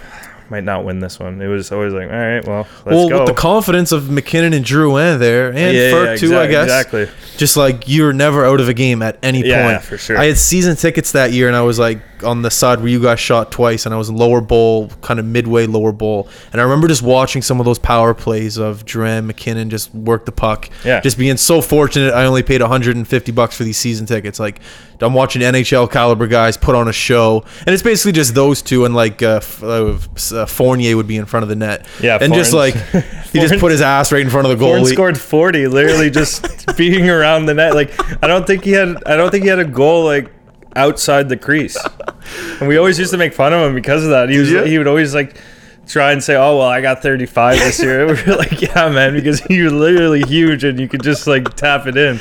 S3: Might not win this one. It was always like, all right, well, let's
S1: well,
S3: go.
S1: with the confidence of McKinnon and Drew in there, and
S3: Yeah,
S1: Fur
S3: yeah,
S1: too, I
S3: exac-
S1: guess.
S3: exactly.
S1: Just like you're never out of a game at any
S3: Yeah,
S1: point.
S3: yeah, for sure.
S1: I had season tickets that year, and I was like on the side where you guys shot twice, and I was in lower bowl, kind of midway lower bowl, and I remember just watching some of those power plays of Duran McKinnon just work the puck.
S3: Yeah.
S1: Just being so fortunate, I only paid 150 bucks for these season tickets. Like I'm watching NHL caliber guys put on a show, and it's basically just those two, and like uh, F- uh, uh, Fournier would be in front of the net.
S3: Yeah,
S1: and just like
S3: Foreign's- [LAUGHS]
S1: he just
S3: Foreign-
S1: put his ass right in front of the
S3: Horn
S1: goalie.
S3: scored 40 literally just [LAUGHS] being around the net like I don't think he had I don't think he had a goal like outside the crease and we always used to make fun of him because of that he was
S1: Did ya?
S3: he would always like try and say oh well I got 35 this year [LAUGHS] we were like yeah man because you're literally huge and you could just like tap it in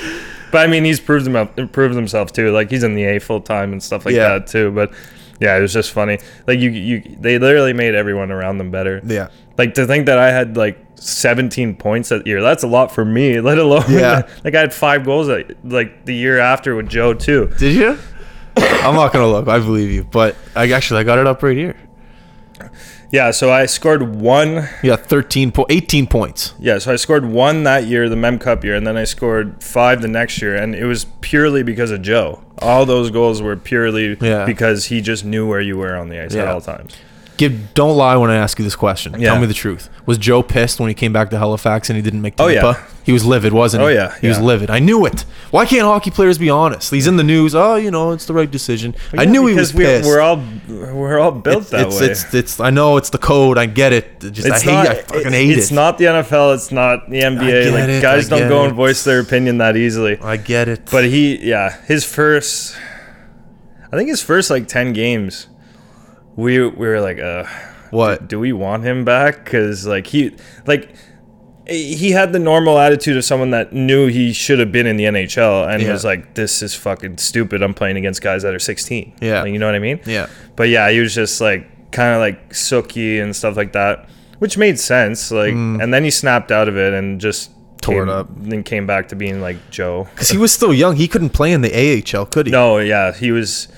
S3: but I mean he's proved himself proved himself too like he's in the A full time and stuff like
S1: Yeah.
S3: that too but yeah it was just funny like you you they literally made everyone around them better
S1: Yeah.
S3: like to think that I had like 17 points that year, that's a lot for me, [LAUGHS] let alone
S1: Yeah.
S3: like I had five goals that, like the year after with Joe too.
S1: Did you? I'm not gonna look. I believe you, but I actually I got it up right here.
S3: Yeah, so I scored one.
S1: You got 13 po- 18 points.
S3: Yeah, so I scored one that year, the Mem Cup year, and then I scored five the next year, and it was purely because of Joe. All those goals were purely
S1: Yeah.
S3: because he just knew where you were on the ice at
S1: Yeah.
S3: all times.
S1: Give don't lie when I ask you this question.
S3: Yeah.
S1: Tell me the truth. Was Joe pissed when he came back to Halifax and he didn't make
S3: Oh,
S1: Tampa?
S3: yeah.
S1: He was livid, wasn't he?
S3: Oh, yeah,
S1: He was
S3: yeah.
S1: livid. I knew it. Why can't hockey players be honest? He's in the news. Oh, you know, it's the right decision. I
S3: Yeah,
S1: knew he was
S3: because we're,
S1: pissed.
S3: we're all we're all built
S1: it's,
S3: that
S1: it's,
S3: way.
S1: it's it's I know it's the code. I get it. It Just I hate I fucking hate
S3: it's
S1: it.
S3: not the NFL. It's not the NBA.
S1: get
S3: Like
S1: it,
S3: guys
S1: I
S3: don't
S1: get
S3: go
S1: it.
S3: and voice their opinion that easily.
S1: I get it.
S3: But he, yeah, his first, I think his first like ten games, we we were like, uh,
S1: what?
S3: do we want him back? Because like he like he had the normal attitude of someone that knew he should have been in the NHL and
S1: Yeah.
S3: was like, this is fucking stupid. I'm playing against guys that are 16.
S1: Yeah.
S3: Like, you know what I mean?
S1: Yeah.
S3: But yeah, he was just like kind of like sooky and stuff like that, which made sense. Like, and then he snapped out of it and just
S1: Mm. Tore it
S3: came-
S1: up.
S3: Then came back to being like Joe.
S1: Because he was still young. He couldn't play in the AHL, could he?
S3: No, yeah, he was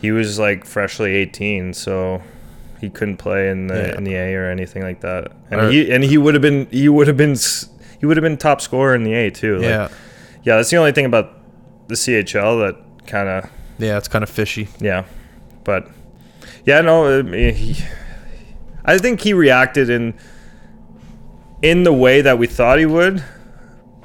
S3: he was like freshly 18, so he couldn't play in the
S1: Yeah.
S3: in the A or anything like that. And
S1: Or-
S3: he and he would have been he would have been s- he would have been top scorer in the A too. Like,
S1: Yeah.
S3: yeah, that's the only thing about the CHL that kind of
S1: Yeah, it's kind of fishy.
S3: yeah, but yeah, no, I mean, he, I think he reacted in in the way that we thought he would,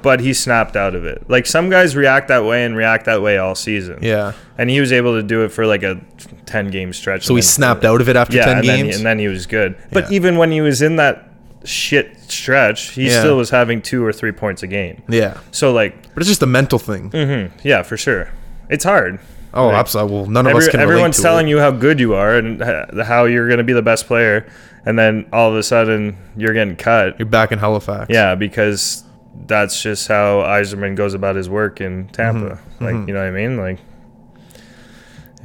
S3: but he snapped out of it. Like some guys react that way and react that way all season.
S1: Yeah.
S3: And he was able to do it for like a 10 game stretch.
S1: So he snapped out of it after ten
S3: uh, and Then,
S1: games.
S3: he- and then he was good. But
S1: Yeah.
S3: even when he was in that shit stretch, he
S1: Yeah.
S3: still was having two or three points a game.
S1: yeah,
S3: So like,
S1: but it's just a mental thing.
S3: Mm-hmm. yeah, for sure. It's hard.
S1: Oh,
S3: Like,
S1: absolutely. Well, none of
S3: Every-
S1: us can.
S3: everyone's telling
S1: you.
S3: you how good you are and h- how you're going to be the best player, and then all of a sudden you're getting cut.
S1: You're back in Halifax.
S3: Yeah, because that's just how Eiserman goes about his work in Tampa.
S1: Mm-hmm.
S3: Like, you know what I mean? Like,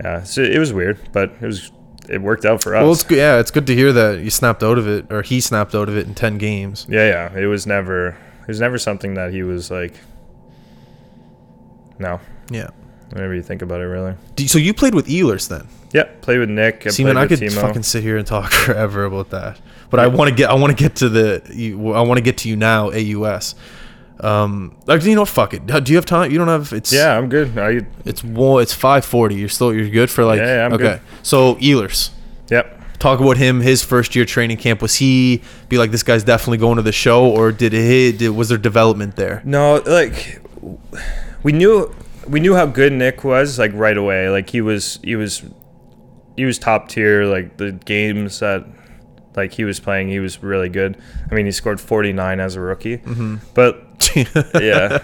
S3: yeah, so it was weird, but it was it worked out for us.
S1: Well, it's good. Yeah, it's good to hear that you snapped out of it, or he snapped out of it in ten games.
S3: yeah, yeah, it was never it was never something that he was like. No,
S1: Yeah.
S3: whenever you think about it, really.
S1: Do you- so you played with Ehlers then?
S3: Yeah, play with Nick. I
S1: See,
S3: played
S1: man, I could
S3: with Timo.
S1: fucking sit here and talk [LAUGHS] forever about that, but I want to get I want to get to the you- I want to get to you now. Aus. Um, like you know, fuck it. Do you have time? You don't have. It's
S3: yeah, I'm good. I,
S1: It's well, it's five forty. You're still you're good for like
S3: Yeah, yeah, I'm
S1: okay.
S3: good.
S1: So Ehlers,
S3: yep.
S1: talk about him. His first year training camp was he be like this guy's definitely going to the show, or did he did, was there development there?
S3: No, like we knew we knew how good Nick was like right away. Like he was he was he was top tier. Like the games that like he was playing, he was really good. I mean, he scored 49 as a rookie. Mm-hmm. But [LAUGHS] yeah,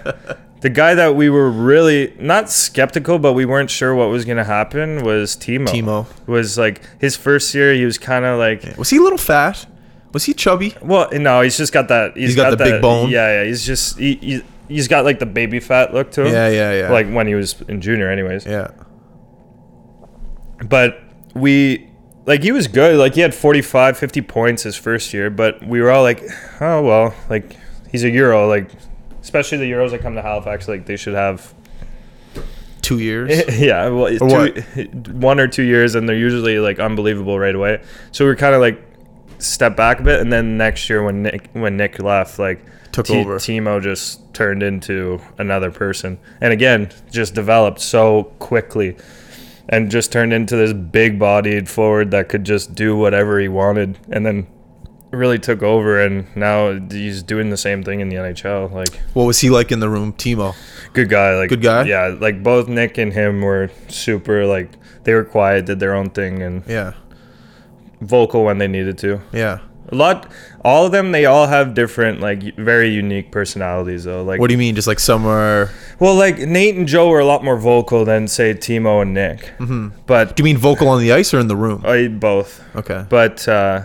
S3: the guy that we were really not skeptical, but we weren't sure what was gonna happen was Timo.
S1: Timo.
S3: was like his first year. He was kind of like.
S1: was he a little fat? Was he chubby?
S3: Well, no, he's just got that.
S1: He's got the big
S3: that-
S1: bone.
S3: Yeah, yeah. He's just he, he he's got like the baby fat look to him.
S1: Yeah, yeah, yeah.
S3: Like when he was in junior, anyways.
S1: Yeah,
S3: But we like he was good. Like he had 45, 50 points his first year. But we were all like, oh well, like he's a Euro. Like especially the Euros that come to Halifax, like they should have.
S1: two years.
S3: [LAUGHS] Yeah, well, it's
S1: Or
S3: two, [LAUGHS] one or two years, and they're usually like unbelievable right away. So we we're kind of like step back a bit, and then next year when Nick when Nick left, like
S1: Took over.
S3: Timo just turned into another person, and again, just developed so quickly, and just turned into this big-bodied forward that could just do whatever he wanted, and then really took over, and now he's doing the same thing in the NHL, like
S1: What was he like in the room, Timo?
S3: good guy like
S1: Good guy?
S3: yeah like both nick and him were super like they were quiet did their own thing and
S1: Yeah,
S3: vocal when they needed to
S1: yeah.
S3: a lot all of them they all have different like u- very unique personalities though like
S1: What do you mean? Just like somewhere?
S3: well like nate and joe were a lot more vocal than say timo and nick mm-hmm. but
S1: Do you mean vocal on the ice or in the room?
S3: I, both
S1: Okay.
S3: but uh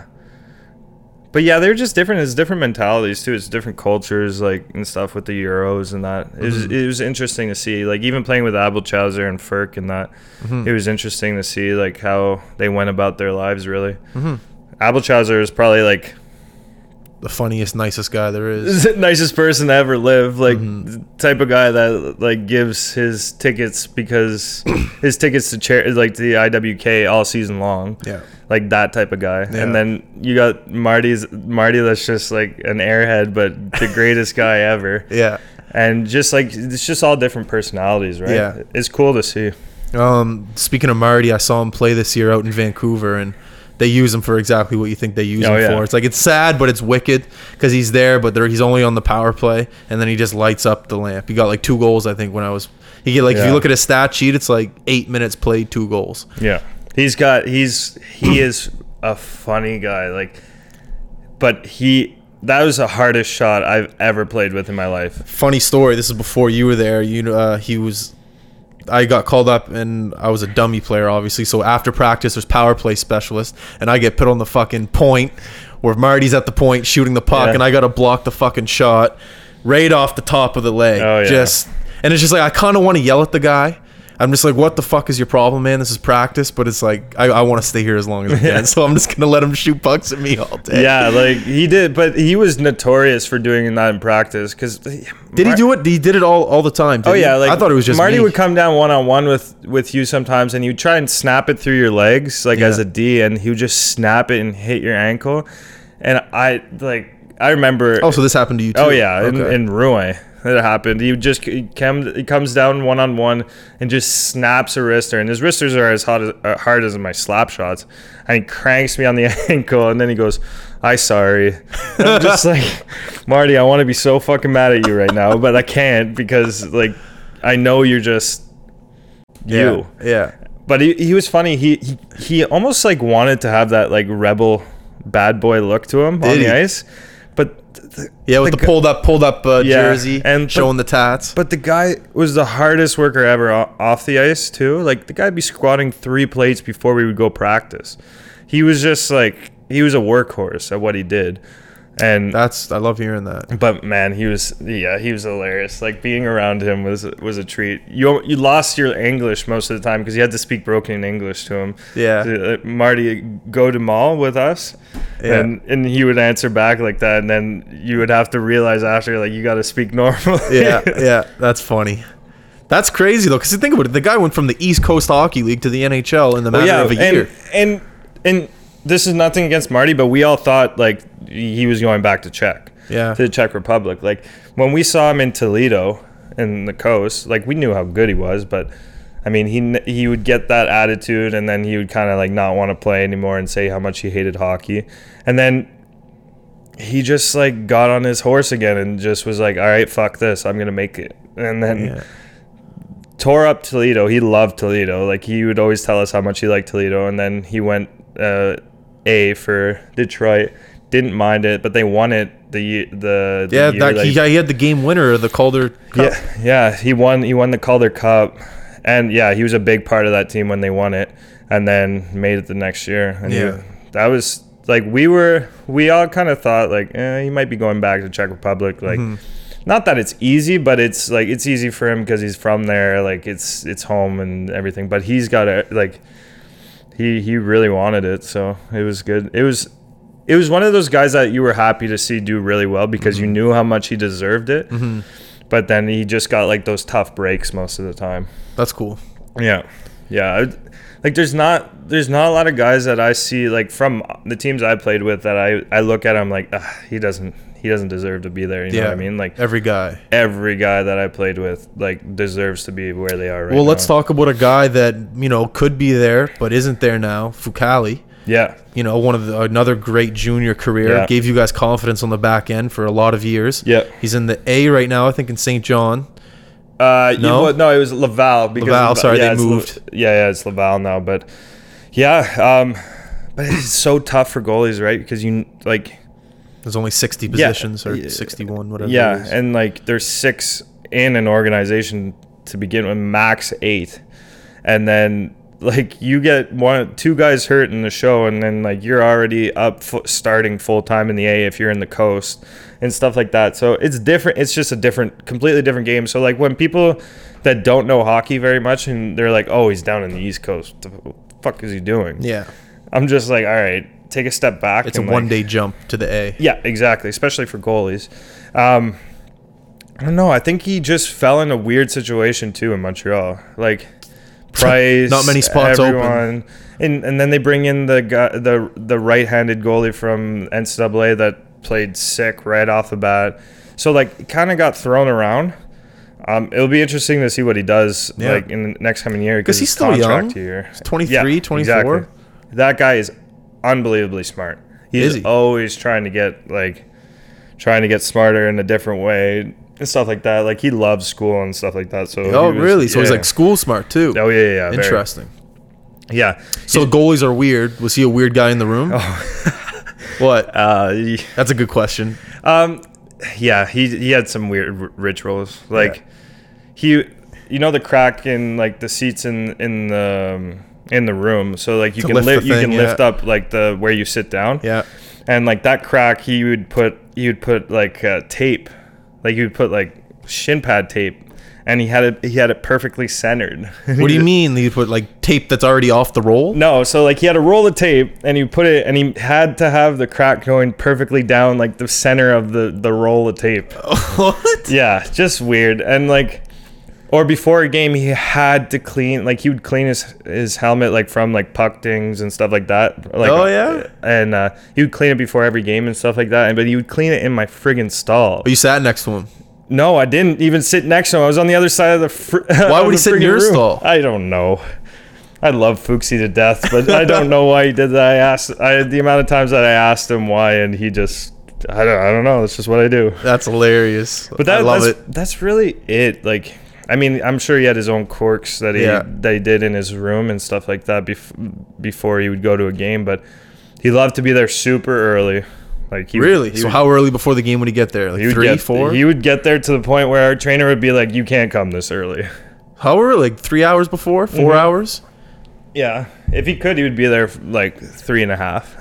S3: but yeah they're just different it's different mentalities too it's different cultures like and stuff with the euros and that it was it was interesting to see like even playing with abelchauser and Firk and that it was interesting to see like how they went about their lives really abelchauser is probably like [LAUGHS]
S1: the funniest, nicest guy there is.
S3: the nicest person to ever live like the type of guy that like gives his tickets because his tickets to chair like to the iwk all season long
S1: Yeah.
S3: like that type of guy.
S1: Yeah.
S3: And then you got Marty's Marty that's just like an airhead, but
S1: [LAUGHS]
S3: the greatest guy ever.
S1: Yeah.
S3: And just like it's just all different personalities, right?
S1: Yeah.
S3: It's cool to see.
S1: Um, speaking of Marty, I saw him play this year out in Vancouver, and they use him for exactly what you think they use
S3: Oh,
S1: him
S3: yeah.
S1: for. It's like it's sad, but it's wicked because he's there, but there, he's only on the power play, and then he just lights up the lamp. He got like two goals, I think, when I was. He get like if you
S3: Yeah.
S1: look at his stat sheet, it's like eight minutes played, two goals.
S3: Yeah. He's got he's he is a funny guy. Like but he that was the hardest shot I've ever played with in
S1: [LAUGHS]
S3: my life.
S1: Funny story. This is before you were there. You know, uh, he was. I got called up and I was a dummy player, obviously. So after practice, there's power play specialist, and I get put on the fucking point where Marty's at the point shooting the puck,
S3: Yeah.
S1: and I got to block the fucking shot right off the top of the leg.
S3: Oh, yeah.
S1: Just and it's just like I kind of want to yell at the guy. I'm just like, what the fuck is your problem, man? This is practice, but it's like I, I want to stay here as long as I
S3: [LAUGHS]
S1: can, so I'm just gonna let him shoot pucks at me all day.
S3: Yeah, like he did, but he was notorious for doing that in practice because
S1: Did he do it? He did it all all the time.
S3: Oh
S1: didn't he?
S3: yeah, like
S1: I thought it was just
S3: Marty
S1: me.
S3: would come down one on one with with you sometimes, and you try and snap it through your legs, like as
S1: Yeah.
S3: a D, and he would just snap it and hit your ankle, and I like I remember.
S1: Oh, so this happened to you too?
S3: oh yeah, in,
S1: Okay.
S3: in Rouen, It happened. He just he came, he comes down one on one and just snaps a wrister, and his wristers are as hot as, uh, hard as my slap shots, and he cranks me on the [LAUGHS] ankle, and then he goes, "I sorry." And I'm just like, [LAUGHS] Marty, I want to be so fucking mad at you right now, but I can't because like I know you're just you
S1: Yeah.
S3: but he, he was funny. He, he he almost like wanted to have that like rebel bad boy look to him on
S1: Did he?
S3: the ice, but th- th-
S1: Yeah, with the,
S3: gu-
S1: pulled up, pulled up uh,
S3: Yeah,
S1: jersey
S3: and-
S1: and
S3: but-
S1: showing the tats.
S3: but the guy was the hardest worker ever o- off the ice too. Like the guy'd be squatting three plates before we would go practice. He was just like he was a workhorse at what he did, and
S1: That's I love hearing
S3: [LAUGHS]
S1: that.
S3: but man, he was yeah, he was hilarious. Like being around him was was a treat. You you lost your English most of the time because you had to speak broken English to him.
S1: Yeah.
S3: Uh, Marty go to mall with us,
S1: Yeah.
S3: and and he would answer back like that, and then you would have to realize after like you got to speak [LAUGHS] normal.
S1: Yeah, yeah, that's funny. That's crazy though, because think about it. The guy went from the East Coast Hockey League to the NHL in the matter of a
S3: Oh, and,
S1: year.
S3: And and this is nothing against Marty, but we all thought like he was going back to Czech.
S1: Yeah.
S3: To the Czech Republic. Like when we saw him in Toledo in the coast, like we knew how good he was, but I mean, he n- he would get that attitude, and then he would kind of like not want to play anymore, and say how much he hated hockey, and then he just like got on his horse again and just was like, "All right, fuck this, I'm gonna make it," and then
S1: Yeah.
S3: tore up Toledo. He loved Toledo. Like he would always tell us how much he liked Toledo, and then he went uh, A for Detroit. Didn't mind it, but they won it the ye- the, the
S1: Yeah,
S3: year,
S1: that, he,
S3: like-
S1: he had the game winner of the Calder. Cup.
S3: yeah, yeah, he won. He won the Calder Cup, and yeah, he was a big part of that team when they won it, and then made it the next year. And he-
S1: Yeah.
S3: that was like we were. We all kind of thought like eh, he might be going back to Czech Republic. Like,
S1: Mm-hmm.
S3: not that it's easy, but it's like it's easy for him because he's from there. Like it's it's home and everything. But he's got a like. He he really wanted it, so it was good. It was. It was one of those guys that you were happy to see do really well because
S1: Mm-hmm.
S3: you knew how much he deserved it but then he just got like those tough breaks most of the time.
S1: That's cool.
S3: Yeah, yeah. I- Like there's not there's not a lot of guys that I see like from the teams I played with that I I look at I'm like "Ah, he doesn't he doesn't deserve to be there. You know
S1: yeah,
S3: what I mean? Like
S1: every guy.
S3: every guy that I played with like deserves to be where they are right
S1: Well, let's
S3: now.
S1: talk about a guy that you know could be there but isn't there now. Fukali,
S3: Yeah,
S1: you know, one of the, another great junior career
S3: Yeah.
S1: gave you guys confidence on the back end for a lot of years.
S3: Yeah.
S1: he's in the A right now, I think, in St. John.
S3: Uh,
S1: No?
S3: no, no, it was Laval. Because
S1: Laval, sorry, they
S3: it's La-
S1: moved.
S3: yeah, yeah, it's Laval now, but yeah, um, but it's so tough for goalies, right? Because you like
S1: There's only 60 positions
S3: yeah,
S1: or 61, whatever. it
S3: yeah,
S1: is.
S3: and like there's six in an organization to begin with, max eight, and then like you get one, two guys hurt in the show, and then like you're already up fu- starting full time in the A if you're in the coast and stuff like that. So it's different. It's just a different, completely different game. So like when people that don't know hockey very much and they're like, oh, he's down in the East Coast. The fuck is he doing?
S1: yeah,
S3: I'm just like, all right, take a step back.
S1: it's a
S3: and, like,
S1: one day jump to the A.
S3: yeah, exactly, especially for goalies. Um, I don't know. I think he just fell in a weird situation too in Montreal. Like
S1: [LAUGHS]
S3: Price,
S1: Not many spots open.
S3: open. And and then they bring in the guy, the the right-handed goalie from NCAA that played sick right off the bat. So like, kind of got thrown around. Um, it'll be interesting to see what he does
S1: Yeah.
S3: like in the next coming year
S1: 'Cause he's
S3: his
S1: still young.
S3: contract Year. He's
S1: 23, 24.
S3: That guy is unbelievably smart. He's
S1: Is he?
S3: always trying to get like trying to get smarter in a different way and stuff like that. Like he loves school and stuff like that. So
S1: Oh,
S3: he was-
S1: really? So he's
S3: yeah.
S1: like school smart too.
S3: oh yeah, yeah, yeah very-
S1: Interesting.
S3: yeah.
S1: So goalies are weird. Was he a weird guy in the room?
S3: Oh.
S1: [LAUGHS] what?
S3: Uh, he-
S1: That's a good question.
S3: um, yeah, he he had some weird r- rituals. Like he, you know, the crack in like the seats in in the um, in the room. So like you can
S1: lift
S3: lift,
S1: the
S3: you
S1: thing,
S3: can lift
S1: yeah.
S3: up like the where you sit down.
S1: Yeah.
S3: and like that crack he would put he would put like uh, tape like he would put like shin pad tape and he had it he had it perfectly centered [LAUGHS]
S1: What do you mean? You put like tape that's already off the roll? [LAUGHS]
S3: no so like he had a roll of tape and he put it and he had to have the crack going perfectly down like the center of the the roll of tape
S1: what?
S3: yeah just weird and like or before a game he had to clean like he would clean his his helmet like from like puck dings and stuff like that like
S1: Oh, yeah?
S3: and uh, he would clean it before every game and stuff like that and but he would clean it in my friggin stall
S1: Oh, you sat next to him.
S3: No, I didn't even sit next to him. I was on the other side of the. Fr- [LAUGHS]
S1: Why
S3: of
S1: would he
S3: the
S1: sit in
S3: friggin'
S1: your
S3: room.
S1: stall?
S3: I don't know. I love Fuxi to death, but I don't know why he did that. I asked I, the amount of times that I asked him why, and he just. I don't, I don't know. That's just what I do.
S1: That's hilarious.
S3: But that,
S1: I love
S3: that's,
S1: it.
S3: that's really it. Like, I mean, I'm sure he had his own quirks that he
S1: Yeah.
S3: that he did in his room and stuff like that bef- before he would go to a game. But he loved to be there super early. Like he
S1: Really?
S3: he
S1: so
S3: would-
S1: how early before the game would he get there? Like
S3: he would
S1: three,
S3: get,
S1: four?
S3: He would get there to the point where our trainer would be like, "You can't come
S1: [LAUGHS]
S3: this early."
S1: how early? Like three hours before? 4
S3: Mhm.
S1: hours?
S3: Yeah, if he could, he would be there f- like three and a half.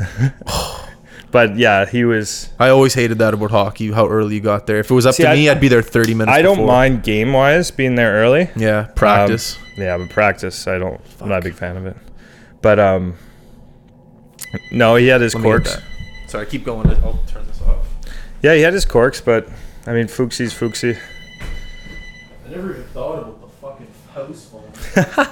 S3: [LAUGHS] but yeah, he was.
S1: I always hated that about hockey. How early you got there? If it was up
S3: See,
S1: to
S3: I-
S1: me, I'd be there thirty minutes.
S3: I don't
S1: before.
S3: mind game wise being there early. Um,
S1: Yeah, practice.
S3: yeah, but practice, I don't. I'm not a big fan of it. But um, no, he had his
S1: Let me get
S3: quirks.
S1: that. Sorry, keep going. I'll turn this off.
S3: Yeah, he had his quirks, but I mean, Fuxi's Fuxi.
S1: I never even thought about the fucking house phone.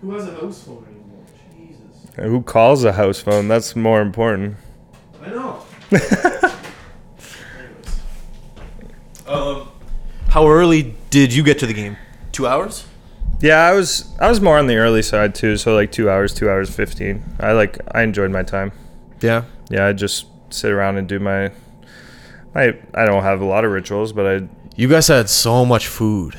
S1: Who has a house phone anymore? Jesus.
S3: Who calls a house phone? That's more important.
S1: I know. Anyways. Um, how early did you get to the game? Two hours?
S3: Yeah, I was I was more on the early side too, so like two hours, two hours fifteen. I like I enjoyed my time.
S1: Yeah.
S3: Yeah, I just sit around and do my I I don't have a lot of rituals, but I
S1: You guys had so much food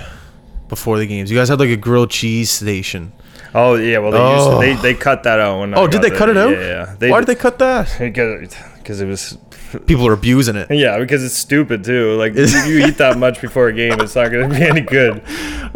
S1: before the games. You guys had like a grilled cheese station.
S3: oh yeah, well they
S1: Oh.
S3: used to, they they cut that out when I
S1: Oh, did
S3: got
S1: they
S3: there.
S1: cut it out?
S3: Yeah, yeah. They,
S1: Why did they cut
S3: [LAUGHS]
S1: that?
S3: because because it was
S1: People are abusing it.
S3: yeah because it's stupid too. Like you, you eat that much before a game, it's not gonna be any good.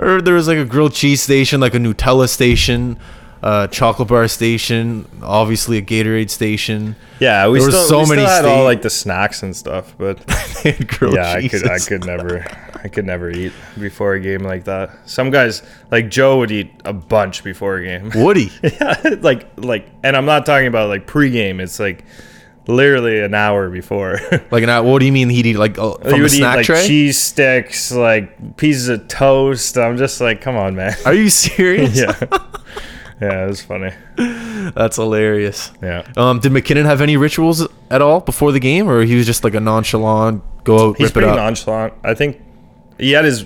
S1: Or there was like a grilled cheese station, like a Nutella station, a chocolate bar station, obviously a Gatorade station.
S3: [LAUGHS]
S1: [LAUGHS]
S3: Yeah, we
S1: There were
S3: still
S1: so
S3: we
S1: many
S3: still had
S1: state-
S3: all like the snacks and stuff, [LAUGHS] but
S1: and grilled
S3: yeah, I could I
S1: cheeses.
S3: could never I could never eat before a game like that. Some guys like Joe would eat a bunch before a game.
S1: Woody.
S3: [LAUGHS] Yeah, like like and I'm not talking about like pregame. It's like literally an hour before. [LAUGHS]
S1: Like an hour. What do you mean he'd eat like uh,
S3: you
S1: from a
S3: Oh, would eat
S1: snack
S3: like
S1: tray?
S3: cheese sticks, like pieces of toast. I'm just like, come on, man. [LAUGHS]
S1: Are you serious?
S3: yeah. Yeah, it was funny.
S1: That's hilarious.
S3: Yeah.
S1: Um, did McKinnon have any rituals at all before the game, or he was just like a nonchalant go out,
S3: He's
S1: rip it
S3: pretty
S1: up?
S3: nonchalant. I think he had his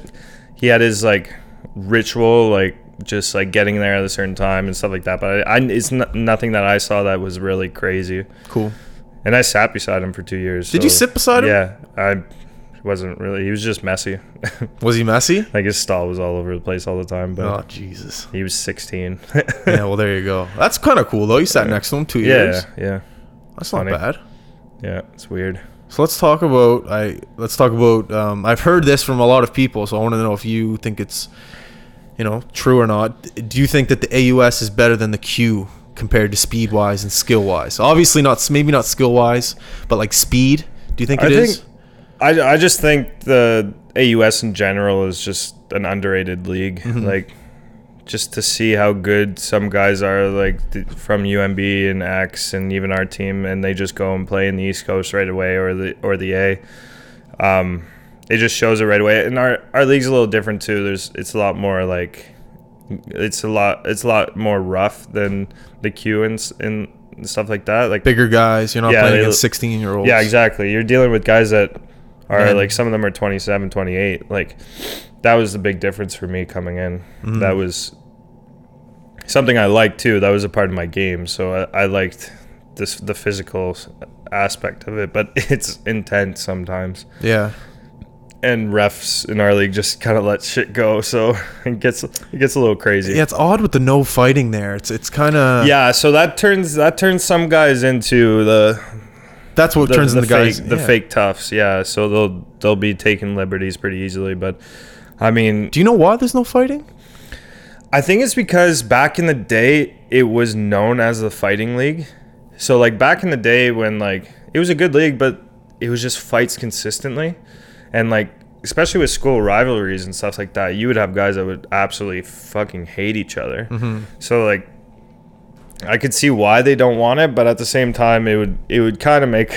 S3: he had his like ritual like just like getting there at a certain time and stuff like that. But I, I it's n- nothing that I saw that was really crazy.
S1: cool.
S3: And I sat beside him for two years.
S1: Did you sit beside him?
S3: Yeah, I wasn't really. He was just messy. [LAUGHS]
S1: Was he messy?
S3: like his stall was all over the place all the time. But
S1: Oh Jesus.
S3: he was [LAUGHS] 16.
S1: Yeah. Well, there you go. That's kind of cool though. You sat next to him two
S3: yeah,
S1: years.
S3: yeah,
S1: That's
S3: funny.
S1: not bad.
S3: yeah. It's weird.
S1: So let's talk about I let's talk about um, I've heard this from a lot of people, so I want to know if you think it's you know true or not. Do you think that the AUS is better than the Q compared to speed wise and skill wise? Obviously not s- maybe not skill wise, but like speed. Do you think
S3: I
S1: it
S3: think
S1: is?
S3: I I just think the AUS in general is just an underrated league.
S1: Mm-hmm.
S3: Like just to see how good some guys are like th- from UMB and X and even our team and they just go and play in the East Coast right away or the or the A. Um it just shows it right away. And our our league's a little different too. There's it's a lot more like it's a lot it's a lot more rough than the Q and s- and stuff like that. Like
S1: Bigger guys, you're not
S3: Yeah,
S1: playing
S3: they-
S1: against 16 year olds.
S3: yeah, exactly. You're dealing with guys that are
S1: Man.
S3: like some of them are 27, 28. Like that was the big difference for me coming in.
S1: Mm-hmm.
S3: That was something I liked too. That was a part of my game, so I, I liked this the physical s- aspect of it. But [LAUGHS] it's intense sometimes,
S1: Yeah.
S3: and refs in our league just kind of let shit go, so [LAUGHS] it gets it gets a little crazy.
S1: Yeah, it's odd with the no fighting there. It's it's kind of
S3: Yeah, so that turns that turns some guys into the
S1: That's what
S3: the,
S1: turns
S3: the
S1: into guys
S3: fake, the
S1: yeah.
S3: fake toughs. Yeah, so they'll they'll be taking liberties pretty easily. But I mean,
S1: Do you know why there's no fighting?
S3: I think it's because back in the day it was known as the fighting league. So like back in the day when like it was a good league, but it was just fights consistently, and like especially with school rivalries and stuff like that, you would have guys that would absolutely fucking hate each other. So like I could see why they don't want it, but at the same time, it would it would kind of make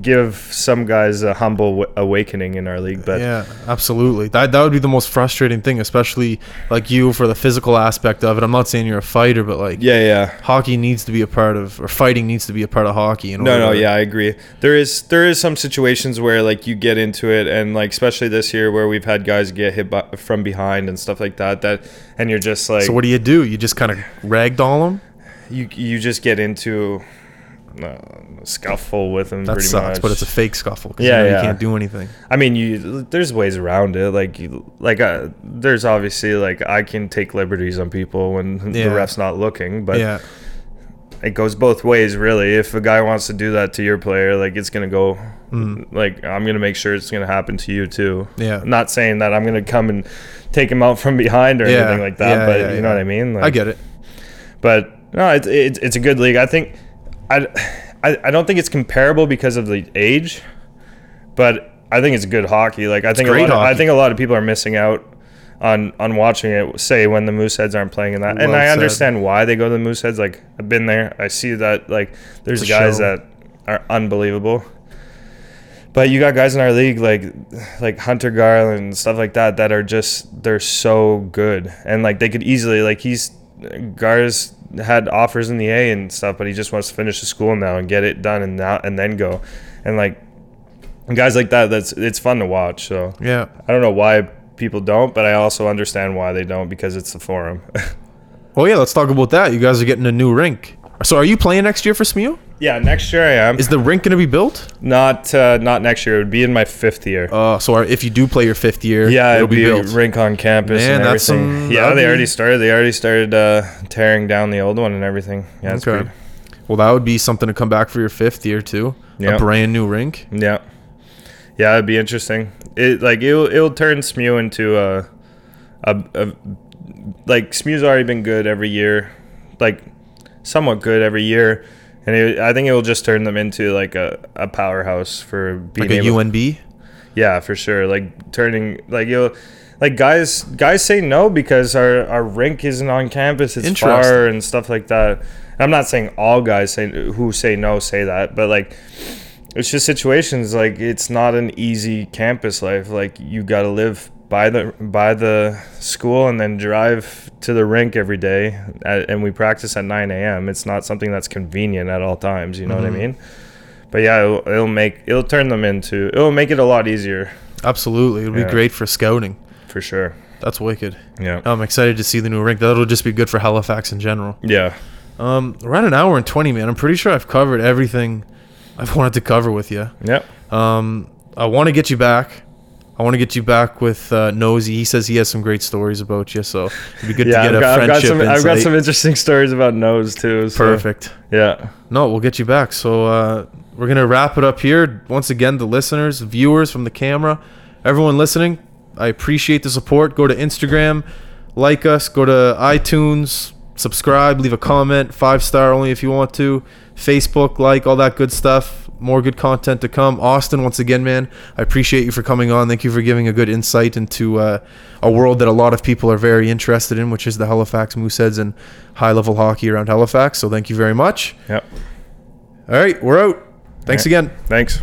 S3: [LAUGHS] give some guys a humble w- awakening in our league. But
S1: Yeah, absolutely. That that would be the most frustrating thing, especially like you for the physical aspect of it. I'm not saying you're a fighter, but like
S3: yeah, yeah.
S1: hockey needs to be a part of or fighting needs to be a part of hockey in
S3: No,
S1: order
S3: no,
S1: to-
S3: yeah, I agree. There is there is some situations where like you get into it, and like especially this year where we've had guys get hit by, from behind and stuff like that. That and you're just like
S1: So what do you do? You just kind of ragdoll them?
S3: you you just get into uh, a scuffle with them.
S1: That
S3: pretty
S1: sucks,
S3: much.
S1: but it's a fake scuffle because you,
S3: Yeah,
S1: know
S3: yeah.
S1: you can't do anything.
S3: I mean, you there's ways around it. Like you, like uh, there's obviously like I can take liberties on people when
S1: Yeah.
S3: the ref's not looking, but
S1: yeah,
S3: it goes both ways really. If a guy wants to do that to your player, like it's gonna go. Like I'm gonna make sure it's gonna happen to you too.
S1: Mm. Yeah.
S3: Not saying that I'm gonna come and take him out from behind or
S1: Yeah.
S3: anything like that,
S1: Yeah,
S3: but
S1: yeah,
S3: you know
S1: yeah.
S3: what I mean. Like,
S1: I get it.
S3: but no, it's it's it's a good league. I think I, I I don't think it's comparable because of the age, but I think it's good hockey. Like I think a
S1: great
S3: lot of, I
S1: hockey.
S3: think a lot of people are missing out on on watching it. Say when the Mooseheads aren't playing in that, and
S1: Well
S3: I
S1: said.
S3: understand why they go to the Mooseheads. Like I've been there. I see that like there's
S1: The
S3: guys
S1: show.
S3: that are unbelievable. But you got guys in our league like like Hunter Garland and stuff like that that are just they're so good and like they could easily like he's Gar's had offers in the A and stuff, but he just wants to finish the school now and get it done and now and then go and like guys like that that's it's fun to watch. So
S1: Yeah.
S3: I don't know why people don't, but I also understand why they don't because it's the forum. [LAUGHS]
S1: Oh yeah, let's talk about that. You guys are getting a new rink. So are you playing next year for SMU?
S3: yeah, next year I am
S1: Is the rink going to be built?
S3: not uh, not next year. It would be in my fifth year.
S1: Uh, so are, if you do play your fifth year,
S3: Yeah,
S1: it'll
S3: it'd
S1: be,
S3: be, a
S1: built.
S3: rink on campus
S1: Man,
S3: and
S1: that's
S3: everything.
S1: some-
S3: yeah,
S1: that'd
S3: they
S1: be-
S3: already started. They already started uh, tearing down the old one and everything. Yeah, it's
S1: Okay.
S3: pretty-
S1: Well, that would be something to come back for your fifth year too.
S3: Yeah.
S1: A brand new rink.
S3: Yeah, yeah, it'd be interesting. It like it'll it'll turn SMU into a, a, a like SMU's already been good every year, like somewhat good every year, and it, I think it will just turn them into like a, a powerhouse for being
S1: Like a
S3: able
S1: UNB.
S3: Yeah, for sure. Like turning like you'll like guys guys say no because our our rink isn't on campus. It's
S1: Interesting.
S3: far and stuff like that. And I'm not saying all guys say who say no say that, but like it's just situations like it's not an easy campus life. Like you got to live by the by the school and then drive to the rink every day, at, and we practice at 9 a.m. It's not something that's convenient at all times. You know what I mean? But yeah, it'll, it'll make it'll turn them into it'll make it a lot easier
S1: Absolutely, it'll
S3: Yeah.
S1: be great for scouting.
S3: for sure.
S1: That's wicked.
S3: Yeah.
S1: I'm excited to see the new rink. That'll just be good for Halifax in general.
S3: yeah.
S1: Um, we're at an hour and twenty, man. I'm pretty sure I've covered everything I've [LAUGHS] wanted to cover with you.
S3: Yep.
S1: Um, I want to get you back. I want to get you back with uh, Nosy. He says he has some great stories about you, so it'd be good to
S3: Yeah. I've
S1: get a
S3: got, I've got
S1: friendship
S3: some I've got
S1: insight.
S3: some interesting [LAUGHS] stories about nose too. so-
S1: Perfect.
S3: Yeah.
S1: No, we'll get you back. So uh, we're gonna wrap it up here. Once again, the listeners, viewers from the camera, everyone listening, I appreciate the support. Go to Instagram, like us. Go to iTunes, subscribe, leave a comment, five star only if you want to. Facebook, like all that good stuff. More good content to come. Austin, once again, man, I appreciate you for coming on. Thank you for giving a good insight into uh, a world that a lot of people are very interested in, which is the Halifax Mooseheads and high level hockey around Halifax. So thank you very much.
S3: Yep.
S1: All right, we're out. Thanks
S3: All right.
S1: again.
S3: Thanks.